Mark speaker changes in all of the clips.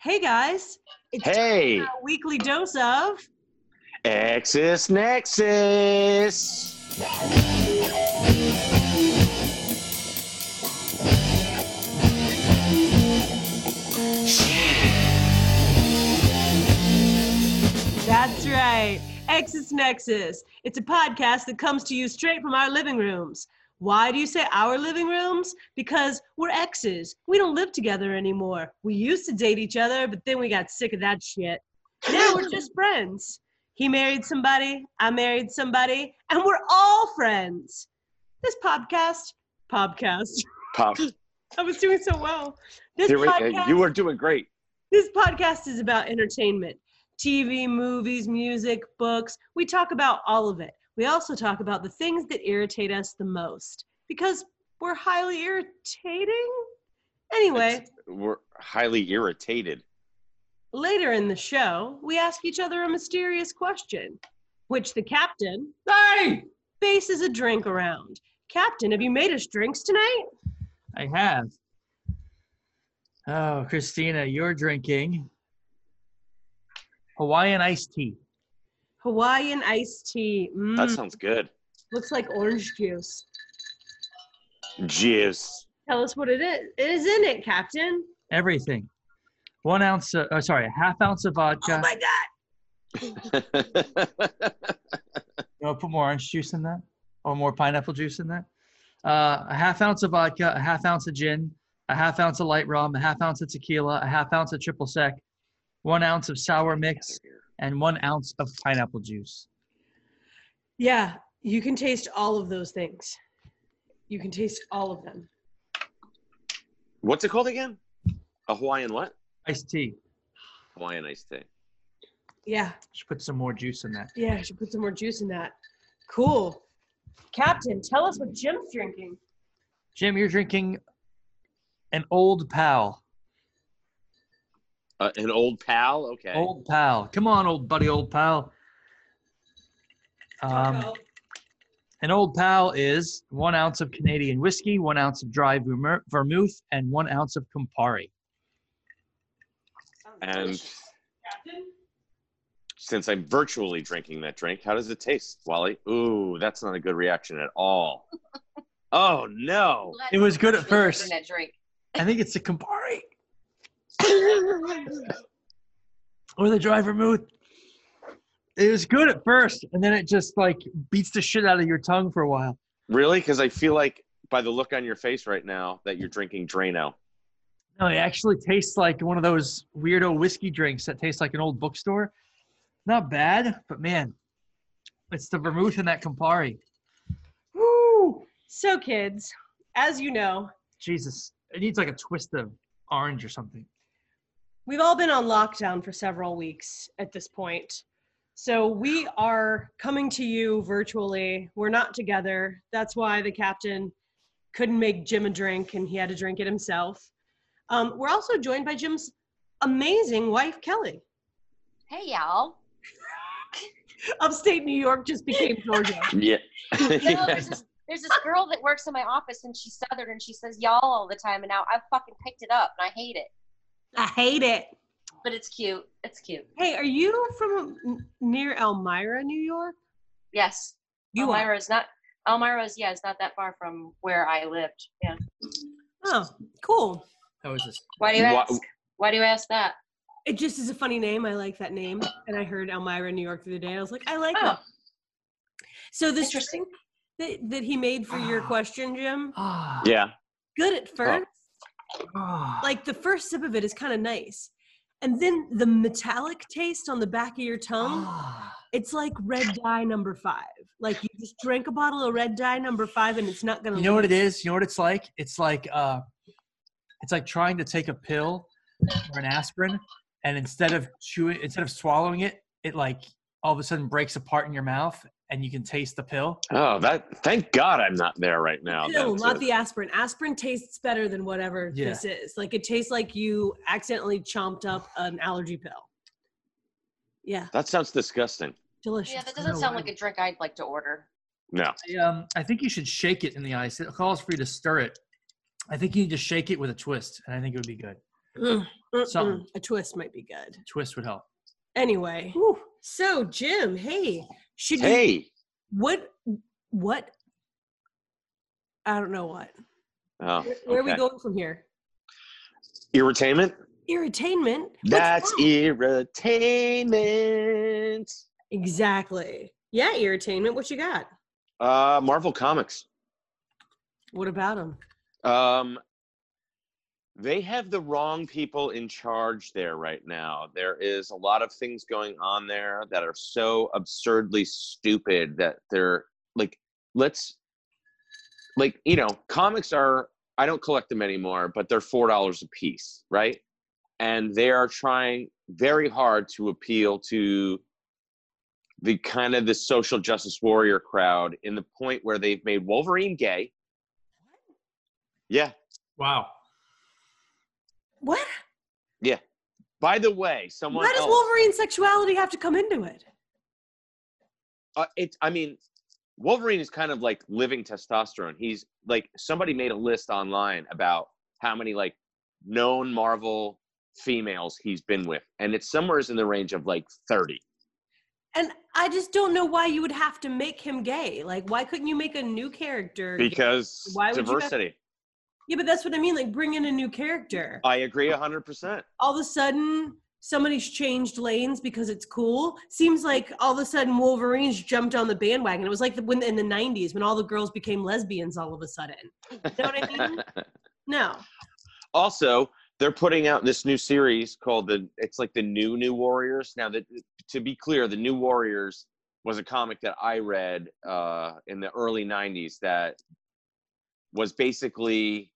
Speaker 1: Hey guys, it's
Speaker 2: Hey,
Speaker 1: a weekly dose of
Speaker 2: Axis Nexus.
Speaker 1: That's right, Exis Nexus. It's a podcast that comes to you straight from our living rooms. Why do you say our living rooms? Because we're exes. We don't live together anymore. We used to date each other, but then we got sick of that shit. Now we're just friends. He married somebody, I married somebody, and we're all friends. This podcast, podcast.
Speaker 2: Pop, uh,
Speaker 1: I was doing so well. This
Speaker 2: you were,
Speaker 1: podcast,
Speaker 2: you were doing great.
Speaker 1: This podcast is about entertainment TV, movies, music, books. We talk about all of it. We also talk about the things that irritate us the most because we're highly irritating. Anyway,
Speaker 2: It's- We're highly irritated.
Speaker 1: later in the show, we ask each other a mysterious question, which the captain faces a drink around. Captain, have you made us drinks tonight?
Speaker 3: I have. Oh, Christina, you're drinking Hawaiian iced tea.
Speaker 1: Hawaiian iced tea. Mm,
Speaker 2: That sounds good.
Speaker 1: looks like orange juice.
Speaker 2: Jizz.
Speaker 1: Tell us what it is. It is in it, Captain.
Speaker 3: Everything. One ounce, of, oh, sorry, a half ounce of vodka.
Speaker 1: Oh my God.
Speaker 3: No, put more orange juice in that, or more pineapple juice in that. Uh, a half ounce of vodka, a half ounce of gin, a half ounce of light rum, a half ounce of tequila, a half ounce of triple sec, one ounce of sour mix, and one ounce of pineapple juice.
Speaker 1: Yeah, you can taste all of those things. You can taste all of them.
Speaker 2: What's it called again? A Hawaiian what?
Speaker 3: Iced tea.
Speaker 2: Hawaiian iced tea.
Speaker 1: Yeah,
Speaker 3: Should put some more juice in that.
Speaker 1: yeah, I should put some more juice in that. Cool. Captain, tell us what Jim's drinking.
Speaker 3: Jim, you're drinking an old pal.
Speaker 2: Uh, an old pal? Okay.
Speaker 3: Old pal. Come on, old buddy, old pal. Um, an old pal is one ounce of Canadian whiskey, one ounce of dry vermouth- vermouth, and one ounce of Campari.
Speaker 2: And
Speaker 1: Captain?
Speaker 2: since I'm virtually drinking that drink, how does it taste, Wally? Ooh, that's not a good reaction at all. oh, no.
Speaker 4: Glad
Speaker 3: It was good at
Speaker 4: you put
Speaker 3: first.
Speaker 4: in that drink.
Speaker 3: I think it's the Campari or the dry vermouth. It was good at first, and then it just like beats the shit out of your tongue for a while.
Speaker 2: Really? Because I feel like by the look on your face right now that you're drinking Drano.
Speaker 3: No, it actually tastes like one of those weirdo whiskey drinks that tastes like an old bookstore. Not bad, but man, it's the vermouth and that Campari. Woo!
Speaker 1: So, kids, as you know,
Speaker 3: Jesus, it needs like a twist of orange or something.
Speaker 1: we've all been on lockdown for several weeks at this point. So we are coming to you virtually. We're not together. That's why the captain couldn't make Jim a drink and he had to drink it himself. Um, we're also joined by Jim's amazing wife, Kelly.
Speaker 4: Hey y'all.
Speaker 1: Upstate New York just became Georgia.
Speaker 2: Yeah.
Speaker 4: You know, there's, this, there's this girl that works in my office and she's southern and she says y'all all the time and now I've fucking picked it up and I hate it.
Speaker 1: I hate it.
Speaker 4: But it's cute. It's cute.
Speaker 1: Hey, are you from n- near Elmira, New York? Oh,
Speaker 4: Yes.
Speaker 1: You
Speaker 4: Elmira is not Elmira is yeah, it's not that far from where I lived. Yeah.
Speaker 1: Oh, cool.
Speaker 3: That was just
Speaker 4: Why do you
Speaker 2: Wha-
Speaker 4: ask? Why do you ask that?
Speaker 1: It just is a funny name. I like that name. And I heard Elmira, New York the other day. I was like, I like that.
Speaker 4: Oh.
Speaker 1: So this
Speaker 4: Interesting.
Speaker 1: drink that, that he made for your question, Jim,
Speaker 3: ah
Speaker 2: yeah.
Speaker 1: good at first.
Speaker 3: ah.
Speaker 1: Like the first sip of it is kind of nice. And then the metallic taste on the back of your tongue,
Speaker 3: Ah.
Speaker 1: it's like red dye number five. Like you just drank a bottle of red dye number five and it's not going to
Speaker 3: You know what it is? You know what it's like? It's like uh, it's like trying to take a pill or an aspirin, and instead of chewing, instead of swallowing it, it like all of a sudden breaks apart in your mouth, and you can taste the pill.
Speaker 2: Oh, that. Thank God I'm not there right now.
Speaker 1: No,
Speaker 2: That's
Speaker 1: not
Speaker 2: it.
Speaker 1: the aspirin. Aspirin tastes better than whatever
Speaker 3: Yeah.
Speaker 1: this is. Like it tastes like you accidentally chomped up an allergy pill. Yeah,
Speaker 2: that sounds disgusting.
Speaker 1: delicious.
Speaker 4: Yeah, that
Speaker 3: I
Speaker 4: doesn't
Speaker 3: know
Speaker 4: sound
Speaker 3: why.
Speaker 4: like a drink I'd like to order.
Speaker 2: No.
Speaker 3: I, um, I think you should shake it in the ice. It calls for you to stir it. I think you need to shake it with a twist, and I think it would be good.
Speaker 1: Mm, mm,
Speaker 3: Something.
Speaker 1: mm. A twist might be good.
Speaker 3: Twist would help.
Speaker 1: Anyway, so Jim, hey, should you
Speaker 2: Hey.
Speaker 1: What? What? I don't know what.
Speaker 2: Oh,
Speaker 1: Where, where are
Speaker 2: okay.
Speaker 1: we going from here?
Speaker 2: Irritainment?
Speaker 1: Irritainment. What's
Speaker 2: That's
Speaker 1: that?
Speaker 2: irritainment.
Speaker 1: exactly. Yeah, irritainment. What you got?
Speaker 2: Uh, Marvel Comics.
Speaker 1: What about them?
Speaker 2: Um, they have the wrong people in charge there right now. There is a lot of things going on there that are so absurdly stupid that they're like, let's, like, you know, comics are, I don't collect them anymore, but they're $4 a piece, right? And they are trying very hard to appeal to the kind of the social justice warrior crowd in the point where they've made Wolverine gay. Yeah.
Speaker 3: Wow.
Speaker 1: What?
Speaker 2: By the way, someone
Speaker 1: Why does
Speaker 2: else.
Speaker 1: Wolverine sexuality have to come into it?
Speaker 2: uh, it's. I mean, Wolverine is kind of like living testosterone. He's like somebody made a list online about how many like known Marvel females he's been with, and it's somewhere in the range of like thirty.
Speaker 1: And I just don't know why you would have to make him gay. Like, why couldn't you make a new character? gay?
Speaker 2: Because
Speaker 1: Why would you have-
Speaker 2: diversity.
Speaker 1: yeah, but that's what I mean. Like, bring in a new character.
Speaker 2: I agree hundred percent.
Speaker 1: all of a sudden somebody's changed lanes because it's cool. Seems like all of a sudden Wolverines jumped on the bandwagon. It was like the, when in the '90s when all the girls became lesbians all of a sudden. You know what I mean? No.
Speaker 2: also they're putting out this new series called the it's like the new new warriors now that to be clear the new warriors was a comic that i read uh, in the early 90s that was basically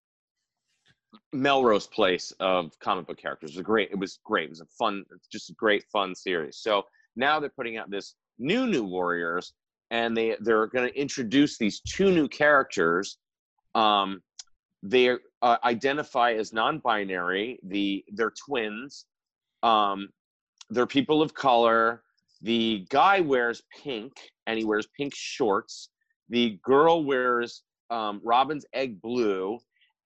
Speaker 2: melrose place of comic book characters it was great it was great it was a fun it's just a great fun series so now they're putting out this new new warriors and they they're going to introduce these two new characters um they uh, identify as non-binary the they're twins um they're people of color the guy wears pink and he wears pink shorts the girl wears um, robin's egg blue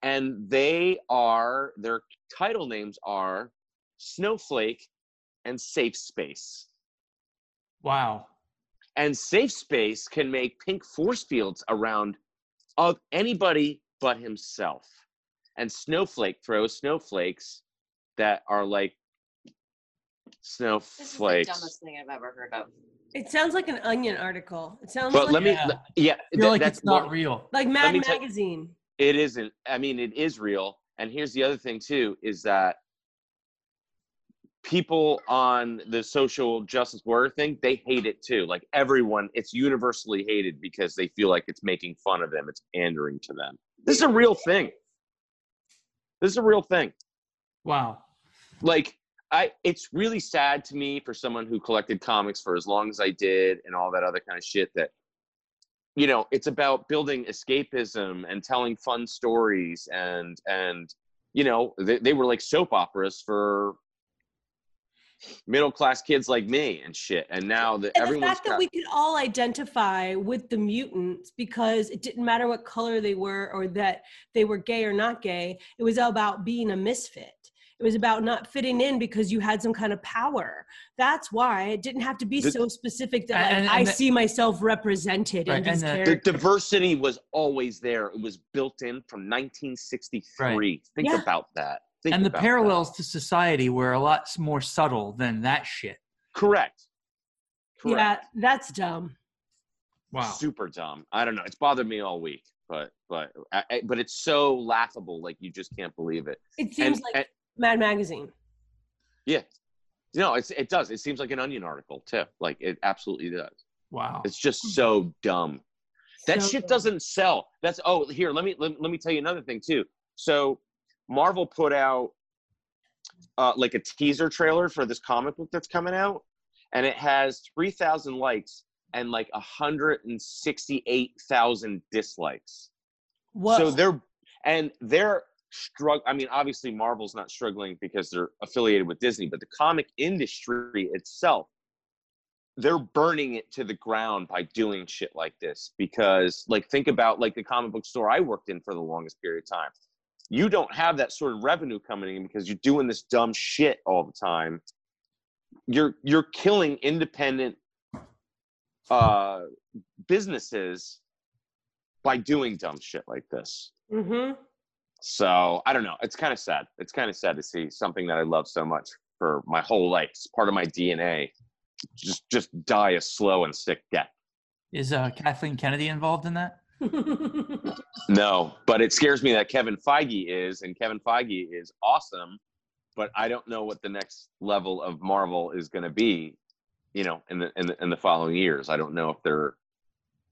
Speaker 2: and they are their title names are snowflake and safe space
Speaker 3: Wow.
Speaker 2: and safe space can make pink force fields around of anybody but himself and snowflake throws snowflakes that are like
Speaker 4: This is
Speaker 2: snowflakes
Speaker 4: the dumbest thing I've ever heard of.
Speaker 1: It sounds like an Onion article. It sounds
Speaker 2: but
Speaker 1: like,
Speaker 2: let me
Speaker 3: Yeah.
Speaker 2: le- yeah
Speaker 3: I feel
Speaker 2: th-
Speaker 3: like
Speaker 2: that's
Speaker 3: it's not
Speaker 2: one-
Speaker 3: real.
Speaker 1: like
Speaker 2: let
Speaker 1: Mad
Speaker 2: me tell-
Speaker 1: Magazine.
Speaker 2: it isn't i mean it is real and here's the other thing too is that people on the social justice warrior thing they hate it too like everyone it's universally hated because they feel like it's making fun of them it's pandering to them this is a real thing this is a real thing
Speaker 3: Wow.
Speaker 2: like i it's really sad to me for someone who collected comics for as long as i did and all that other kind of shit that you know it's about building escapism and telling fun stories and and you know they, they were like soap operas for middle class kids like me and shit and now that
Speaker 1: And the
Speaker 2: everyone's
Speaker 1: fact that
Speaker 2: got,
Speaker 1: we could all identify with the mutants because it didn't matter what color they were or that they were gay or not gay, it was about being a misfit. It was about not fitting in because you had some kind of power. That's why it didn't have to be
Speaker 2: The-
Speaker 1: so specific that like,
Speaker 3: And- and-
Speaker 1: I
Speaker 3: and the-
Speaker 1: see myself represented in
Speaker 3: Right,
Speaker 1: these
Speaker 3: and the-
Speaker 2: the
Speaker 1: characters.
Speaker 2: diversity was always there it was built in from 1963 think
Speaker 1: Yeah.
Speaker 2: about that Think
Speaker 3: And the
Speaker 2: about that.
Speaker 3: parallels to society were a lot s- more subtle than that shit.
Speaker 2: correct correct
Speaker 1: yeah, that's dumb.
Speaker 2: super dumb. I don't know. It's bothered me all week, but but I, I- but it's so laughable. Like you just can't believe it.
Speaker 1: It
Speaker 2: And-
Speaker 1: seems like
Speaker 2: and-
Speaker 1: Mad Magazine.
Speaker 2: yeah, no, it's it does. It seems like an Onion article too. Like it absolutely does.
Speaker 3: Wow.
Speaker 2: It's just so dumb. That
Speaker 1: So
Speaker 2: shit
Speaker 1: dumb.
Speaker 2: doesn't sell. That's oh here. Let me let, let me tell you another thing too. So Marvel put out uh, like a teaser trailer for this comic book that's coming out, and it has three thousand likes and like hundred and sixty-eight thousand dislikes.
Speaker 1: Whoa.
Speaker 2: So they're and they're strugg I mean, obviously Marvel's not struggling because they're affiliated with Disney, but the comic industry itself, they're burning it to the ground by doing shit like this. Because like think about like the comic book store I worked in for the longest period of time. you don't have that sort of revenue coming in because you're doing this dumb shit all the time. You're you're killing independent uh, businesses by doing dumb shit like this.
Speaker 1: Mm-hmm.
Speaker 2: So I don't know. It's kind of sad. It's kind of sad to see something that I love so much for my whole life. It's part of my DNA. Just just die a slow and sick death.
Speaker 3: Is uh, Kathleen Kennedy involved in that?
Speaker 2: No, but it scares me that Kevin Feige is, and Kevin Feige is awesome, but I don't know what the next level of Marvel is going to be. You know, in the, in the in the following years, I don't know if they're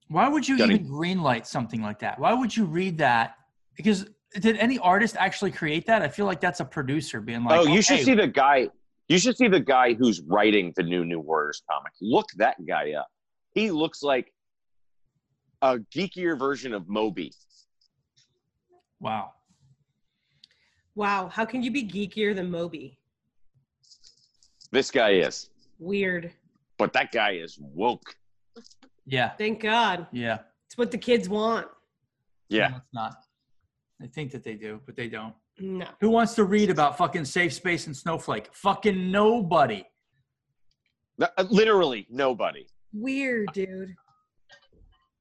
Speaker 3: Why would you
Speaker 2: Gunny.
Speaker 3: even greenlight something like that? Why would you read that? Because did any artist actually create that? I feel like that's a producer being like,
Speaker 2: oh, you should
Speaker 3: "Hey,
Speaker 2: see the guy. You should see the guy who's writing the new New Warriors comic. Look that guy up. He looks like a geekier version of Moby.
Speaker 3: Wow.
Speaker 1: Wow, how can you be geekier than Moby?
Speaker 2: This guy is,
Speaker 1: Weird.
Speaker 2: but that guy is woke.
Speaker 3: Yeah.
Speaker 1: Thank God.
Speaker 3: Yeah.
Speaker 1: It's what the kids want.
Speaker 2: Yeah,
Speaker 3: No, it's not. They think that they do, but they don't.
Speaker 1: No.
Speaker 3: Who wants to read about fucking safe space and snowflake? Fucking nobody. Mm-hmm.
Speaker 2: Th- Uh, literally nobody.
Speaker 1: Weird, dude.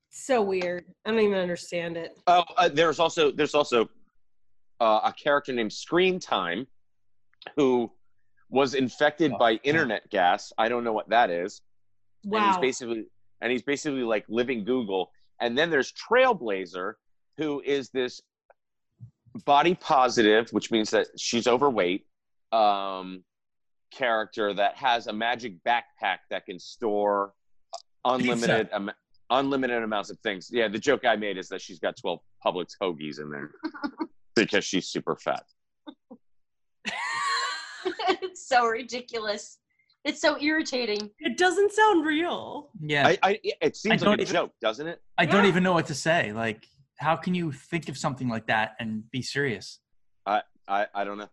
Speaker 1: So weird. I don't even understand it.
Speaker 2: Oh, uh, there's also there's also uh, a character named Screen Time, who was infected
Speaker 3: Oh,
Speaker 2: by
Speaker 3: yeah.
Speaker 2: internet gas. I don't know what that is. And he's
Speaker 1: Wow.
Speaker 2: basically and he's basically like living Google. And then there's Trailblazer, who is this body positive, which means that she's overweight, um, character that has a magic backpack that can store unlimited am- unlimited amounts of things. Yeah, the joke I made is that she's got 12 Publix hoagies in there because she's super fat.
Speaker 4: it's so ridiculous. It's so irritating.
Speaker 1: It doesn't sound real.
Speaker 3: Yeah. I,
Speaker 2: I, I, it seems like
Speaker 3: don't
Speaker 2: a
Speaker 3: even-
Speaker 2: joke, doesn't it?
Speaker 3: don't
Speaker 1: Yeah.
Speaker 3: even know what to say. Like, how can you think of something like that and be serious?
Speaker 2: I, I don't know.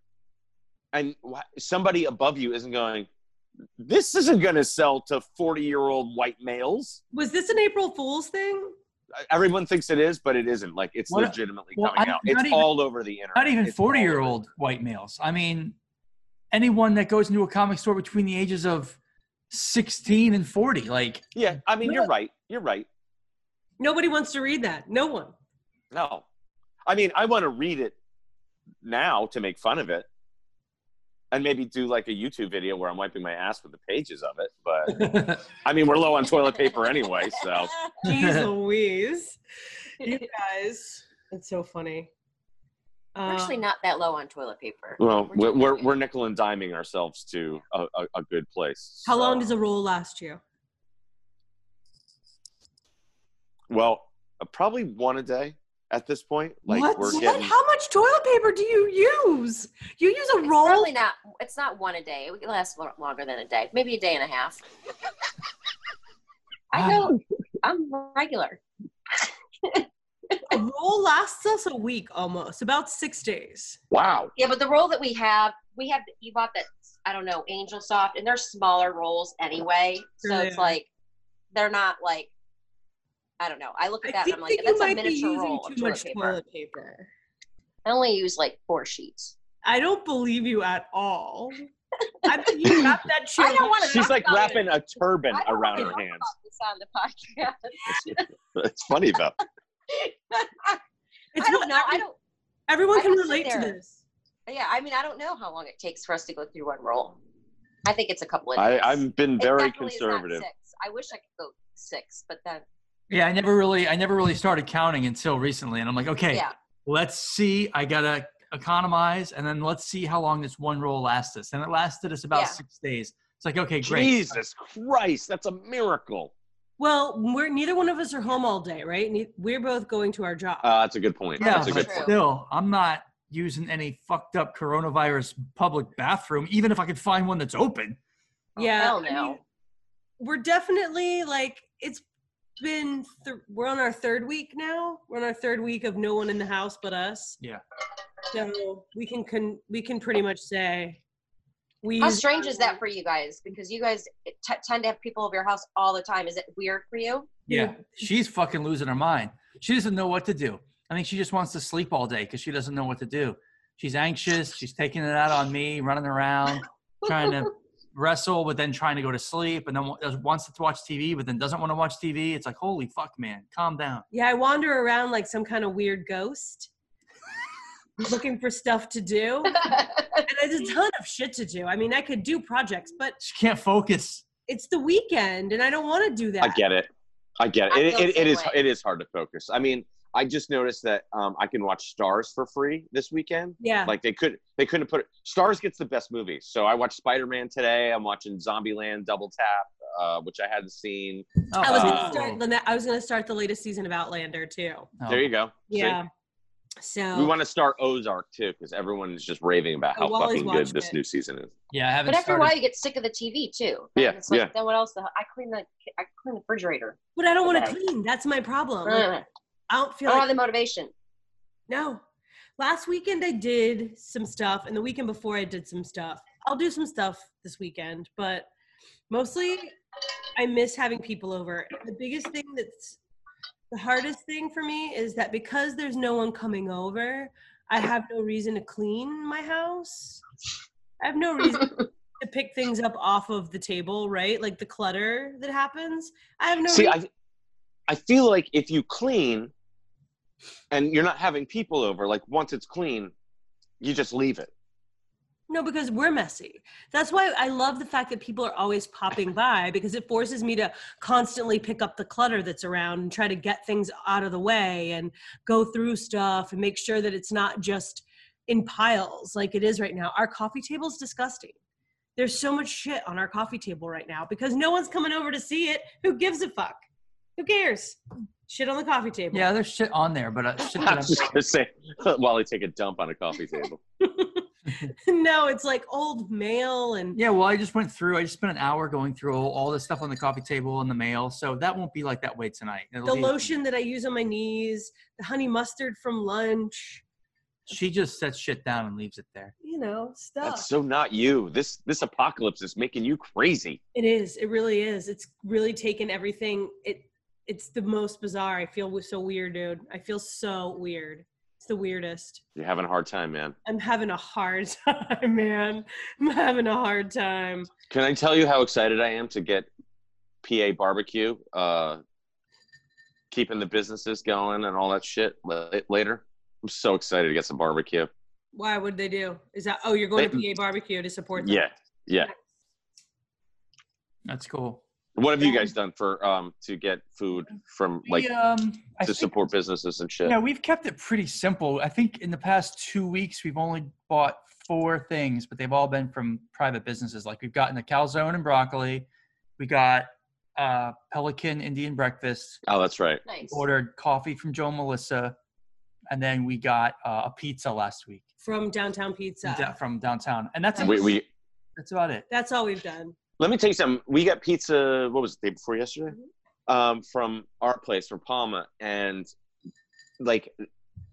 Speaker 2: And wh- somebody above you isn't going, this isn't going to sell to 40 year old white males.
Speaker 1: Was this an April Fool's thing?
Speaker 2: Uh, Everyone thinks it is, but it isn't. Like, it's
Speaker 3: What-
Speaker 2: legitimately
Speaker 3: well,
Speaker 2: coming
Speaker 3: I-
Speaker 2: out.
Speaker 3: not
Speaker 2: It's
Speaker 3: even-
Speaker 2: all over the internet.
Speaker 3: Not even
Speaker 2: It's
Speaker 3: 40
Speaker 2: all
Speaker 3: year
Speaker 2: over.
Speaker 3: old white males. I mean, anyone that goes into a comic store between the ages of 16 and 40. Like,
Speaker 2: Yeah, I mean,
Speaker 3: No.
Speaker 2: you're right. You're right.
Speaker 1: Nobody wants to read that. No one.
Speaker 2: No. I mean, I want to read it now to make fun of it and maybe do like a YouTube video where I'm wiping my ass with the pages of it. But I mean, we're low on toilet paper anyway, so.
Speaker 1: Jeez Louise. You guys. It's so funny.
Speaker 4: We're actually
Speaker 1: Uh,
Speaker 4: not that low on toilet paper.
Speaker 2: Well, we're,
Speaker 4: doing
Speaker 2: we're,
Speaker 4: good.
Speaker 2: we're nickel and diming ourselves to a, a, a good place.
Speaker 1: how
Speaker 2: so.
Speaker 1: long does a roll last you?
Speaker 2: Well, uh, probably one a day at this point. Like
Speaker 1: what?
Speaker 2: we're
Speaker 1: What?
Speaker 2: getting.
Speaker 1: How much toilet paper do you use? You use a
Speaker 4: It's
Speaker 1: roll?
Speaker 4: probably not. It's not one a day. It lasts lo- longer than a day, maybe a day and a half. I know. I'm regular.
Speaker 1: A roll lasts us a week almost, about six days.
Speaker 2: Wow.
Speaker 4: Yeah, but the roll that we have, we have you bought that. I don't know, Angel Soft, and they're smaller rolls anyway. So
Speaker 1: Sure they
Speaker 4: it's
Speaker 1: are.
Speaker 4: like they're not like. I don't know. I look at
Speaker 1: I
Speaker 4: that and
Speaker 1: think that you
Speaker 4: I'm like, that's a
Speaker 1: might be
Speaker 4: miniature
Speaker 1: using
Speaker 4: roll
Speaker 1: too
Speaker 4: of toilet
Speaker 1: much
Speaker 4: paper.
Speaker 1: toilet paper.
Speaker 4: I only use like four sheets.
Speaker 1: I don't believe you at all. I bet you wrap that shit.
Speaker 4: I don't wanna
Speaker 2: She's
Speaker 4: talk
Speaker 2: like
Speaker 4: about
Speaker 2: wrapping a turban
Speaker 4: I don't
Speaker 2: around
Speaker 4: wanna
Speaker 2: her
Speaker 4: talk
Speaker 2: hands.
Speaker 4: about this on the podcast.
Speaker 2: It's funny though.
Speaker 1: It's
Speaker 4: I don't
Speaker 1: what
Speaker 4: know. I
Speaker 1: every-
Speaker 4: don't.
Speaker 1: everyone
Speaker 4: I
Speaker 1: can
Speaker 4: don't sit
Speaker 1: relate to
Speaker 4: there.
Speaker 1: this.
Speaker 4: Yeah, I mean, I don't know how long it takes for us to go through one roll. I think it's a couple of.
Speaker 2: I
Speaker 4: days.
Speaker 2: I've been
Speaker 4: It
Speaker 2: very
Speaker 4: definitely is not
Speaker 2: conservative.
Speaker 4: Six. I wish I could go six, but then
Speaker 3: yeah, I never really, I never really started counting until recently. And I'm like, okay,
Speaker 4: yeah,
Speaker 3: let's see. I gotta economize, and then let's see how long this one roll lasts us. And it lasted us about
Speaker 4: Yeah.
Speaker 3: six days. It's like, okay, great.
Speaker 2: Jesus Christ, that's a miracle.
Speaker 1: Well, we're neither one of us are home all day, right? Ne- We're both going to our job.
Speaker 2: Uh, that's a good point.
Speaker 3: Yeah,
Speaker 2: that's a
Speaker 3: but
Speaker 2: good
Speaker 4: true.
Speaker 2: point.
Speaker 3: still, I'm not using any fucked up coronavirus public bathroom, even if I could find one that's open.
Speaker 1: yeah,
Speaker 4: Oh, hell
Speaker 1: I
Speaker 4: no.
Speaker 1: mean, we're definitely like it's been. Th- we're on our third week now. We're on our third week of no one in the house but us.
Speaker 3: Yeah.
Speaker 1: So we can con- we can pretty much say we.
Speaker 4: How strange is that for you guys? Because you guys t- tend to have people over your house all the time. Is it weird for you?
Speaker 3: Yeah, she's fucking losing her mind. She doesn't know what to do. I think she just wants to sleep all day because she doesn't know what to do. She's anxious. She's taking it out on me, running around, trying to wrestle, but then trying to go to sleep, and then wa- does- wants to watch TV, but then doesn't want to watch TV. It's like, holy fuck, man, calm down.
Speaker 1: Yeah, I wander around like some kind of weird ghost, looking for stuff to do. And there's a ton of shit to do. I mean, I could do projects, but
Speaker 3: She can't focus.
Speaker 1: it's the weekend, and I don't want to do that.
Speaker 2: I get it. I get
Speaker 4: I
Speaker 2: it. It, it,
Speaker 4: feel the
Speaker 2: it
Speaker 4: same
Speaker 2: is
Speaker 4: way.
Speaker 2: it is hard to focus. I mean, I just noticed that um, I can watch Stars for free this weekend.
Speaker 1: Yeah.
Speaker 2: Like they could they couldn't put it. Stars gets the best movies. So I watched Spider Man today. I'm watching Zombieland Double Tap, uh, which I hadn't seen.
Speaker 3: Oh, Oh.
Speaker 1: I was
Speaker 2: Uh,
Speaker 1: gonna start. the- I was gonna start the latest season of Outlander too.
Speaker 3: no.
Speaker 2: There you go. See?
Speaker 1: Yeah.
Speaker 2: We
Speaker 1: So
Speaker 2: want to start Ozark too, because everyone is just raving about
Speaker 1: Oh,
Speaker 2: how
Speaker 1: Wally's
Speaker 2: fucking good
Speaker 1: watched
Speaker 2: this
Speaker 1: it.
Speaker 2: new season is.
Speaker 3: Yeah, I haven't
Speaker 4: but after a
Speaker 3: started.
Speaker 4: while, you get sick of the TV too.
Speaker 2: Yeah,
Speaker 4: It's like,
Speaker 2: yeah.
Speaker 4: Then what else? The, I clean the I clean the refrigerator.
Speaker 1: but I don't want to
Speaker 4: Okay.
Speaker 1: clean. That's my problem. Like,
Speaker 4: Ugh.
Speaker 1: I don't feel
Speaker 4: I don't
Speaker 1: like
Speaker 4: have the motivation.
Speaker 1: No. Last weekend I did some stuff, and the weekend before I did some stuff. I'll do some stuff this weekend, but mostly I miss having people over. The biggest thing that's the hardest thing for me is that because there's no one coming over, I have no reason to clean my house. I have no reason to pick things up off of the table, right? Like the clutter that happens. I have no
Speaker 2: See,
Speaker 1: reason.
Speaker 2: I, I feel like if you clean, and you're not having people over, like once it's clean, you just leave it.
Speaker 1: No, because we're messy. That's why I love the fact that people are always popping by because it forces me to constantly pick up the clutter that's around and try to get things out of the way and go through stuff and make sure that it's not just in piles like it is right now. Our coffee table's disgusting. There's so much shit on our coffee table right now because no one's coming over to see it. Who gives a fuck? Who cares? Shit on the coffee table.
Speaker 3: Yeah, there's shit on there, but uh, shit
Speaker 2: I
Speaker 3: that I'm,
Speaker 2: was just gonna say, while I take a dump on a coffee table.
Speaker 1: no, it's like old mail and
Speaker 3: yeah. Well, I just went through. I just spent an hour going through all, all the stuff on the coffee table and the mail, so that won't be like that way tonight. It'll
Speaker 1: the
Speaker 3: be-
Speaker 1: lotion that I use on my knees, the honey mustard from lunch,
Speaker 3: She just sets shit down and leaves it there.
Speaker 1: you know, stuff.
Speaker 2: That's so not you. This this apocalypse is making you crazy.
Speaker 1: it is. It really is. It's really taken everything. It it's the most bizarre. I feel so weird, dude. I feel so weird. It's the weirdest.
Speaker 2: You're having a hard time, man.
Speaker 1: I'm having a hard time, man. I'm having a hard time.
Speaker 2: Can I tell you how excited I am to get PA barbecue, uh, keeping the businesses going and all that shit la- later? I'm so excited to get some barbecue.
Speaker 1: Why would they do? Is that oh, you're going
Speaker 2: They-
Speaker 1: to PA barbecue to support them?
Speaker 2: Yeah, yeah.
Speaker 3: That's cool.
Speaker 2: What have you guys done for um to get food from like
Speaker 3: we, um, I
Speaker 2: to
Speaker 3: think-
Speaker 2: support businesses and shit?
Speaker 3: Yeah, we've kept it pretty simple. I think in the past two weeks, we've only bought four things, but they've all been from private businesses. Like we've gotten a calzone and broccoli, we got uh, Pelican Indian breakfast,
Speaker 2: Oh, that's right.
Speaker 4: Nice.
Speaker 3: ordered coffee from Joe and Melissa, and then we got uh, a pizza last week
Speaker 1: From downtown
Speaker 3: from
Speaker 1: pizza.
Speaker 3: da- from downtown, and that's
Speaker 2: We, we
Speaker 3: that's about it.
Speaker 1: That's all we've done.
Speaker 2: Let me tell you something. We got pizza. What was it, the day before yesterday? Um, from our place, from Palma, and like,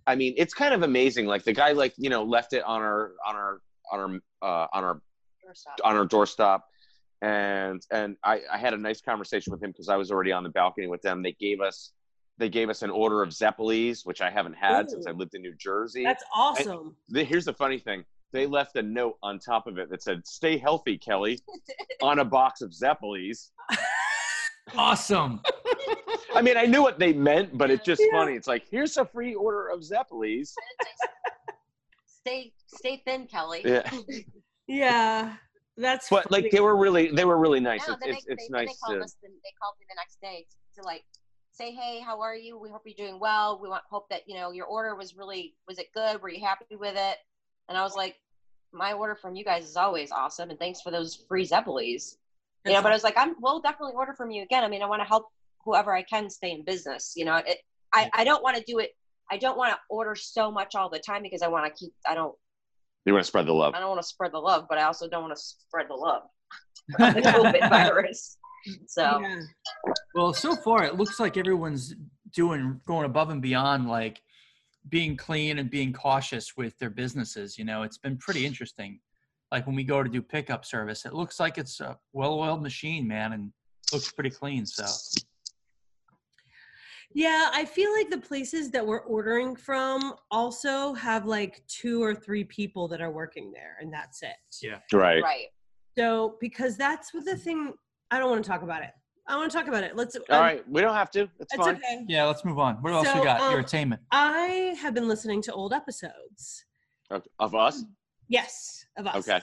Speaker 2: I mean, it's kind of amazing. Like the guy, like you know, left it on our on our on our uh, on our
Speaker 4: First off.
Speaker 2: on our doorstep, and and I, I had a nice conversation with him because I was already on the balcony with them. They gave us they gave us an order of Zeppelis, which I haven't had since I
Speaker 1: Ooh.
Speaker 2: lived in New Jersey.
Speaker 1: That's awesome.
Speaker 2: The- here's the funny thing. They left a note on top of it that said, "Stay healthy, Kelly," on a box of Zeppelis.
Speaker 3: Awesome.
Speaker 2: I mean, I knew what they meant, but it's just
Speaker 1: Yeah.
Speaker 2: funny. It's like, here's a free order of Zeppelis.
Speaker 4: Stay stay thin, Kelly.
Speaker 2: Yeah.
Speaker 1: yeah. That's
Speaker 2: But like,
Speaker 1: funny.
Speaker 2: they were really, they were really nice.
Speaker 4: No,
Speaker 2: it's
Speaker 4: then
Speaker 2: it's,
Speaker 4: they,
Speaker 2: it's
Speaker 4: they, then
Speaker 2: nice
Speaker 4: They called,
Speaker 2: to.
Speaker 4: us the, they called me the next day to, to like say, "Hey, how are you? We hope you're doing well. We want hope that you know your order was really was it good? Were you happy with it?" And I was like, "My order from you guys is always awesome, and thanks for those free Zeppelis." You know, but I was like, "I'm we'll definitely order from you again. I mean, I want to help whoever I can stay in business. You know, it, I I don't want to do it. I don't want to order so much all the time because I want to keep. I don't
Speaker 2: You want to spread the love.
Speaker 4: I don't want to spread the love, but I also don't want to spread the love. The COVID virus. So.
Speaker 1: Yeah.
Speaker 3: Well, so far it looks like everyone's doing going above and beyond, like being clean and being cautious with their businesses. You know, it's been pretty interesting. Like when we go to do pickup service, it looks like it's a well-oiled machine, man, and looks pretty clean. So
Speaker 1: Yeah, I feel like the places that we're ordering from also have like two or three people that are working there, and that's it.
Speaker 2: Right.
Speaker 4: Right.
Speaker 1: So, because that's what the thing, I don't want to talk about it. I want to talk about it. Let's.
Speaker 2: All right. We don't have to. It's
Speaker 1: It's
Speaker 2: fine.
Speaker 1: okay.
Speaker 3: Yeah, let's move on. What else
Speaker 1: So,
Speaker 3: we got?
Speaker 1: um,
Speaker 3: Entertainment.
Speaker 1: I have been listening to old episodes.
Speaker 2: Okay. Of us?
Speaker 1: Yes, of us.
Speaker 2: Okay.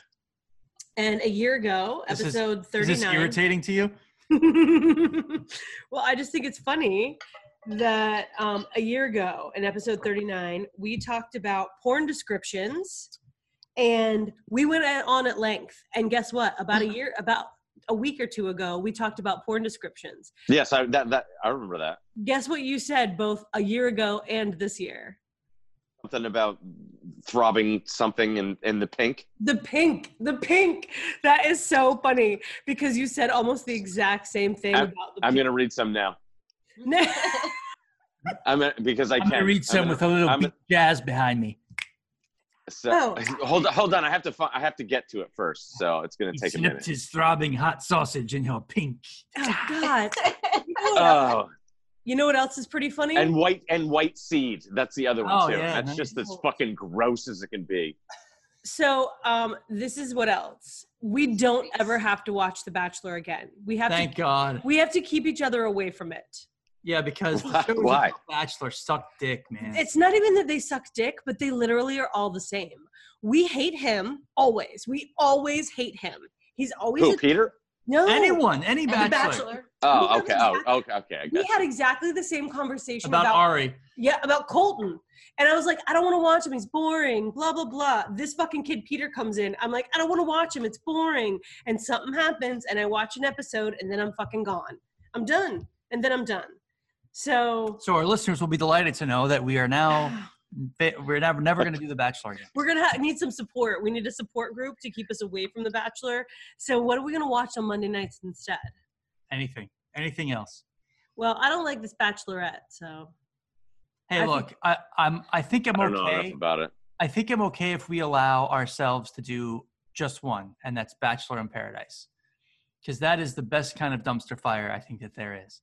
Speaker 1: And a year ago,
Speaker 3: This is-
Speaker 1: episode
Speaker 3: Is this
Speaker 1: 39.
Speaker 3: irritating to you?
Speaker 1: well, I just think it's funny that um, a year ago, in episode 39, we talked about porn descriptions and we went at- on at length. And guess what? About a year, about a week or two ago, we talked about porn descriptions.
Speaker 2: Yes, I that, that I remember that.
Speaker 1: Guess what you said both a year ago and this year?
Speaker 2: Something about throbbing something in, in the pink.
Speaker 1: The pink, the pink. That is so funny because you said almost the exact same thing about the
Speaker 2: I'm
Speaker 1: pink.
Speaker 2: gonna read some now.
Speaker 1: No.
Speaker 2: I'm gonna, because I
Speaker 3: I'm
Speaker 2: can
Speaker 3: gonna read some
Speaker 2: I'm
Speaker 3: with a little
Speaker 2: I'm
Speaker 3: big jazz behind me.
Speaker 2: So,
Speaker 1: Oh.
Speaker 2: hold on, hold on. I have to. Fi- I have to get to it first. So it's gonna
Speaker 3: He
Speaker 2: take a
Speaker 3: slipped
Speaker 2: minute.
Speaker 3: his throbbing hot sausage in her pink.
Speaker 1: oh God. You know what else-
Speaker 2: Oh,
Speaker 1: You know what else is pretty funny?
Speaker 2: and white and white seed. That's the other one
Speaker 3: Oh,
Speaker 2: too.
Speaker 3: yeah,
Speaker 2: That's
Speaker 3: nice.
Speaker 2: just as fucking gross as it can be.
Speaker 1: so um, this is what else. We don't ever have to watch The Bachelor again. We have
Speaker 3: Thank
Speaker 1: to
Speaker 3: God.
Speaker 1: we have to keep each other away from it.
Speaker 3: Yeah, because the
Speaker 2: Why-
Speaker 3: shows
Speaker 2: why?
Speaker 3: about Bachelor sucked dick, man.
Speaker 1: It's not even that they suck dick, but they literally are all the same. We hate him always. We always hate him. He's always
Speaker 2: Who,
Speaker 1: a,
Speaker 2: Peter?
Speaker 1: no
Speaker 3: anyone, any
Speaker 4: Oh, And the
Speaker 3: bachelor,
Speaker 4: Bachelor.
Speaker 2: Oh,
Speaker 1: We
Speaker 2: okay.
Speaker 1: haven't
Speaker 2: Oh, okay. Okay. I
Speaker 1: We
Speaker 2: got
Speaker 1: had exactly the same conversation
Speaker 3: about,
Speaker 1: about,
Speaker 3: Ari.
Speaker 1: yeah about Colton, and I was like, I don't want to watch him. He's boring. Blah blah blah. This fucking kid Peter comes in. I'm like, I don't want to watch him. It's boring. And something happens, and I watch an episode, and then I'm fucking gone. I'm done, and then I'm done. So
Speaker 3: So our listeners will be delighted to know that we are now we're never never going to do the Bachelor again.
Speaker 1: we're gonna ha- need some support. We need a support group to keep us away from The Bachelor. So what are we gonna watch on Monday nights instead?
Speaker 3: Anything, anything else?
Speaker 1: Well, I don't like this Bachelorette, so
Speaker 3: Hey,
Speaker 1: I
Speaker 3: look, I, I'm I think I'm
Speaker 2: I don't know
Speaker 3: okay.
Speaker 2: enough about it.
Speaker 3: I think I'm okay if we allow ourselves to do just one, and that's Bachelor in Paradise, because that is the best kind of dumpster fire I think that there is.